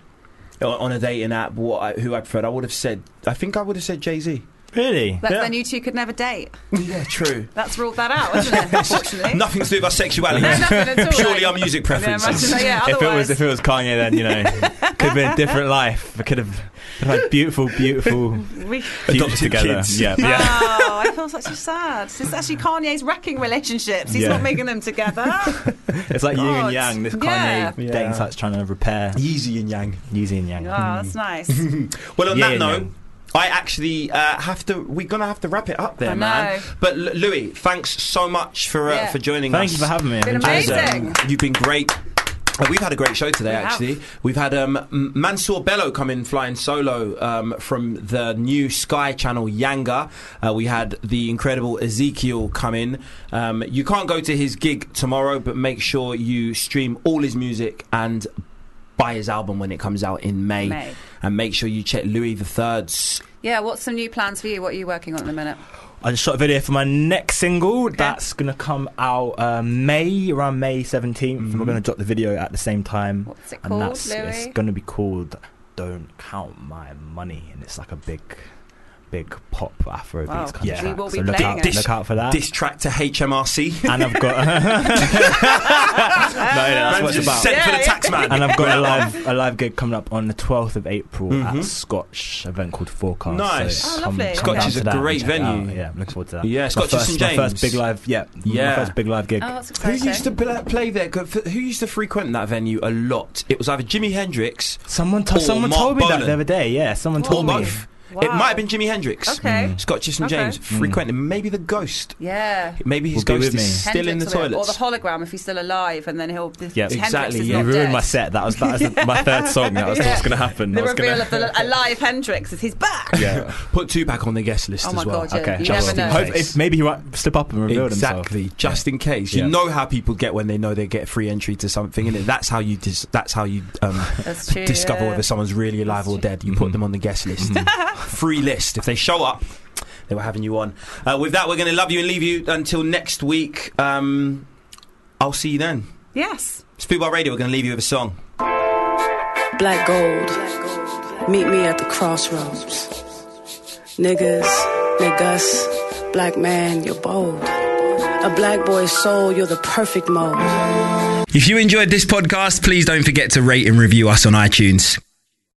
uh, on a dating app what I, who I preferred, I would have said. I think I would have said Jay Z.
Really?
But
Yeah.
Then you two could never date.
Yeah, true.
That's ruled that out, isn't it? Unfortunately.
Nothing to do with our sexuality.
No, nothing at all.
Purely
like-
our music
Yeah,
preferences.
imagine- yeah,
if it was
otherwise-
if it was Kanye, then you know, could have been a different life. Could have could have had beautiful, beautiful
we-
futures
Adopted
together.
kids.
Yeah, yeah.
Oh, I feel such a sad. It's actually Kanye's wrecking relationships. He's
Yeah.
not making them together. Oh,
It's like yin
God.
and yang. This Kanye
Yeah.
Yeah.
dating site's trying to repair
Yeezy and Yang.
yin and yang.
Oh, that's nice.
Well, on
Yeah,
that
yeah,
note,
yeah.
I actually uh, have to. We're gonna have to wrap it up there,
I
man.
know.
But L- Louis, thanks so much for uh,
Yeah.
for joining
Thank
us.
you for having me. I've
Been
enjoyed it.
amazing.
Um, you've been great. Uh, We've had a great show today,
We have.
actually. We've had um, M- Mansour Bello come in flying solo um, from the new Sky channel Yanga. Uh, we had the incredible Ezekiel come in. Um, you can't go to his gig tomorrow, but make sure you stream all his music and buy his album when it comes out in May.
May.
And make sure you check Louis III's.
Yeah, what's some new plans for you? What are you working on at the minute?
I just shot a video for my next single. That's gonna come out uh, May around May 17th
Mm-hmm.
and we're gonna drop the video at the same time.
What's it
and
called,
that's it's
Louis?
gonna be called "Don't Count My Money," and it's like a big, big pop Afrobeats
Wow.
kind
Yeah.
of
We
track.
will be
so look
playing
out,
it.
look out for that.
Diss track to HMRC.
and I've got No, yeah, that's
Man
what it's
just
about.
sent for
Yeah,
the
yeah.
tax man.
and I've got a live a live gig coming up on the 12th of April
Mhm.
at Scotch event called Forecast.
Nice.
So
Oh,
come-
lovely.
come
Scotch
down
is
to
a
that and
great
check it out.
venue.
Yeah, I'm looking forward to that.
Yeah,
My
Scotch and
first-
St
My
James.
first big live, yeah,
Yeah.
my first big live gig.
Oh, that's
Who
exciting.
used to pla- play there? Go- f- Who used to frequent that venue a lot? It was either Jimi Hendrix
Someone,
Or
to- someone
Mark
told me that
Bolan.
the other day. Yeah, someone
Or
or
told me.
both. It
Oh, Wow.
might have been Jimi Hendrix.
Okay.
Scotch and St
Okay. Hmm.
James frequented. Maybe the ghost.
Yeah.
Maybe his
Will be
ghost
with me.
is still in the
Hendrix will be-
toilet.
Or the hologram if he's still alive, and then he'll. the-
Yeah,
Hendrix
exactly,
Is
yeah.
You
not
ruined
dead.
my set. That was that was my third song. That was what's going to happen.
The
I was
reveal
gonna,
of the alive Hendrix is he's back.
yeah.
Put two back on the guest list
Oh
as
my
well.
god! Yeah.
Okay.
You
Just
never
in
know.
case.
Hope, if maybe he might slip up and reveal himself.
Exactly, just in case. You
Yeah.
know how people get when they know they get free entry to something, and that's how you dis- that's how you um,
That's true.
discover
yeah.
whether someone's really alive or dead. You put
Mhm.
them on the guest list, free list. If they show up, they were having you on. Uh, with that, we're going to love you and leave you until next week. Um, I'll see you then.
Yes.
It's Football Radio. We're going to leave you with a song.
Black gold. Meet me at the crossroads. Niggas, niggas, black man, you're bold. A black boy's soul, you're the perfect mold.
If you enjoyed this podcast, please don't forget to rate and review us on iTunes.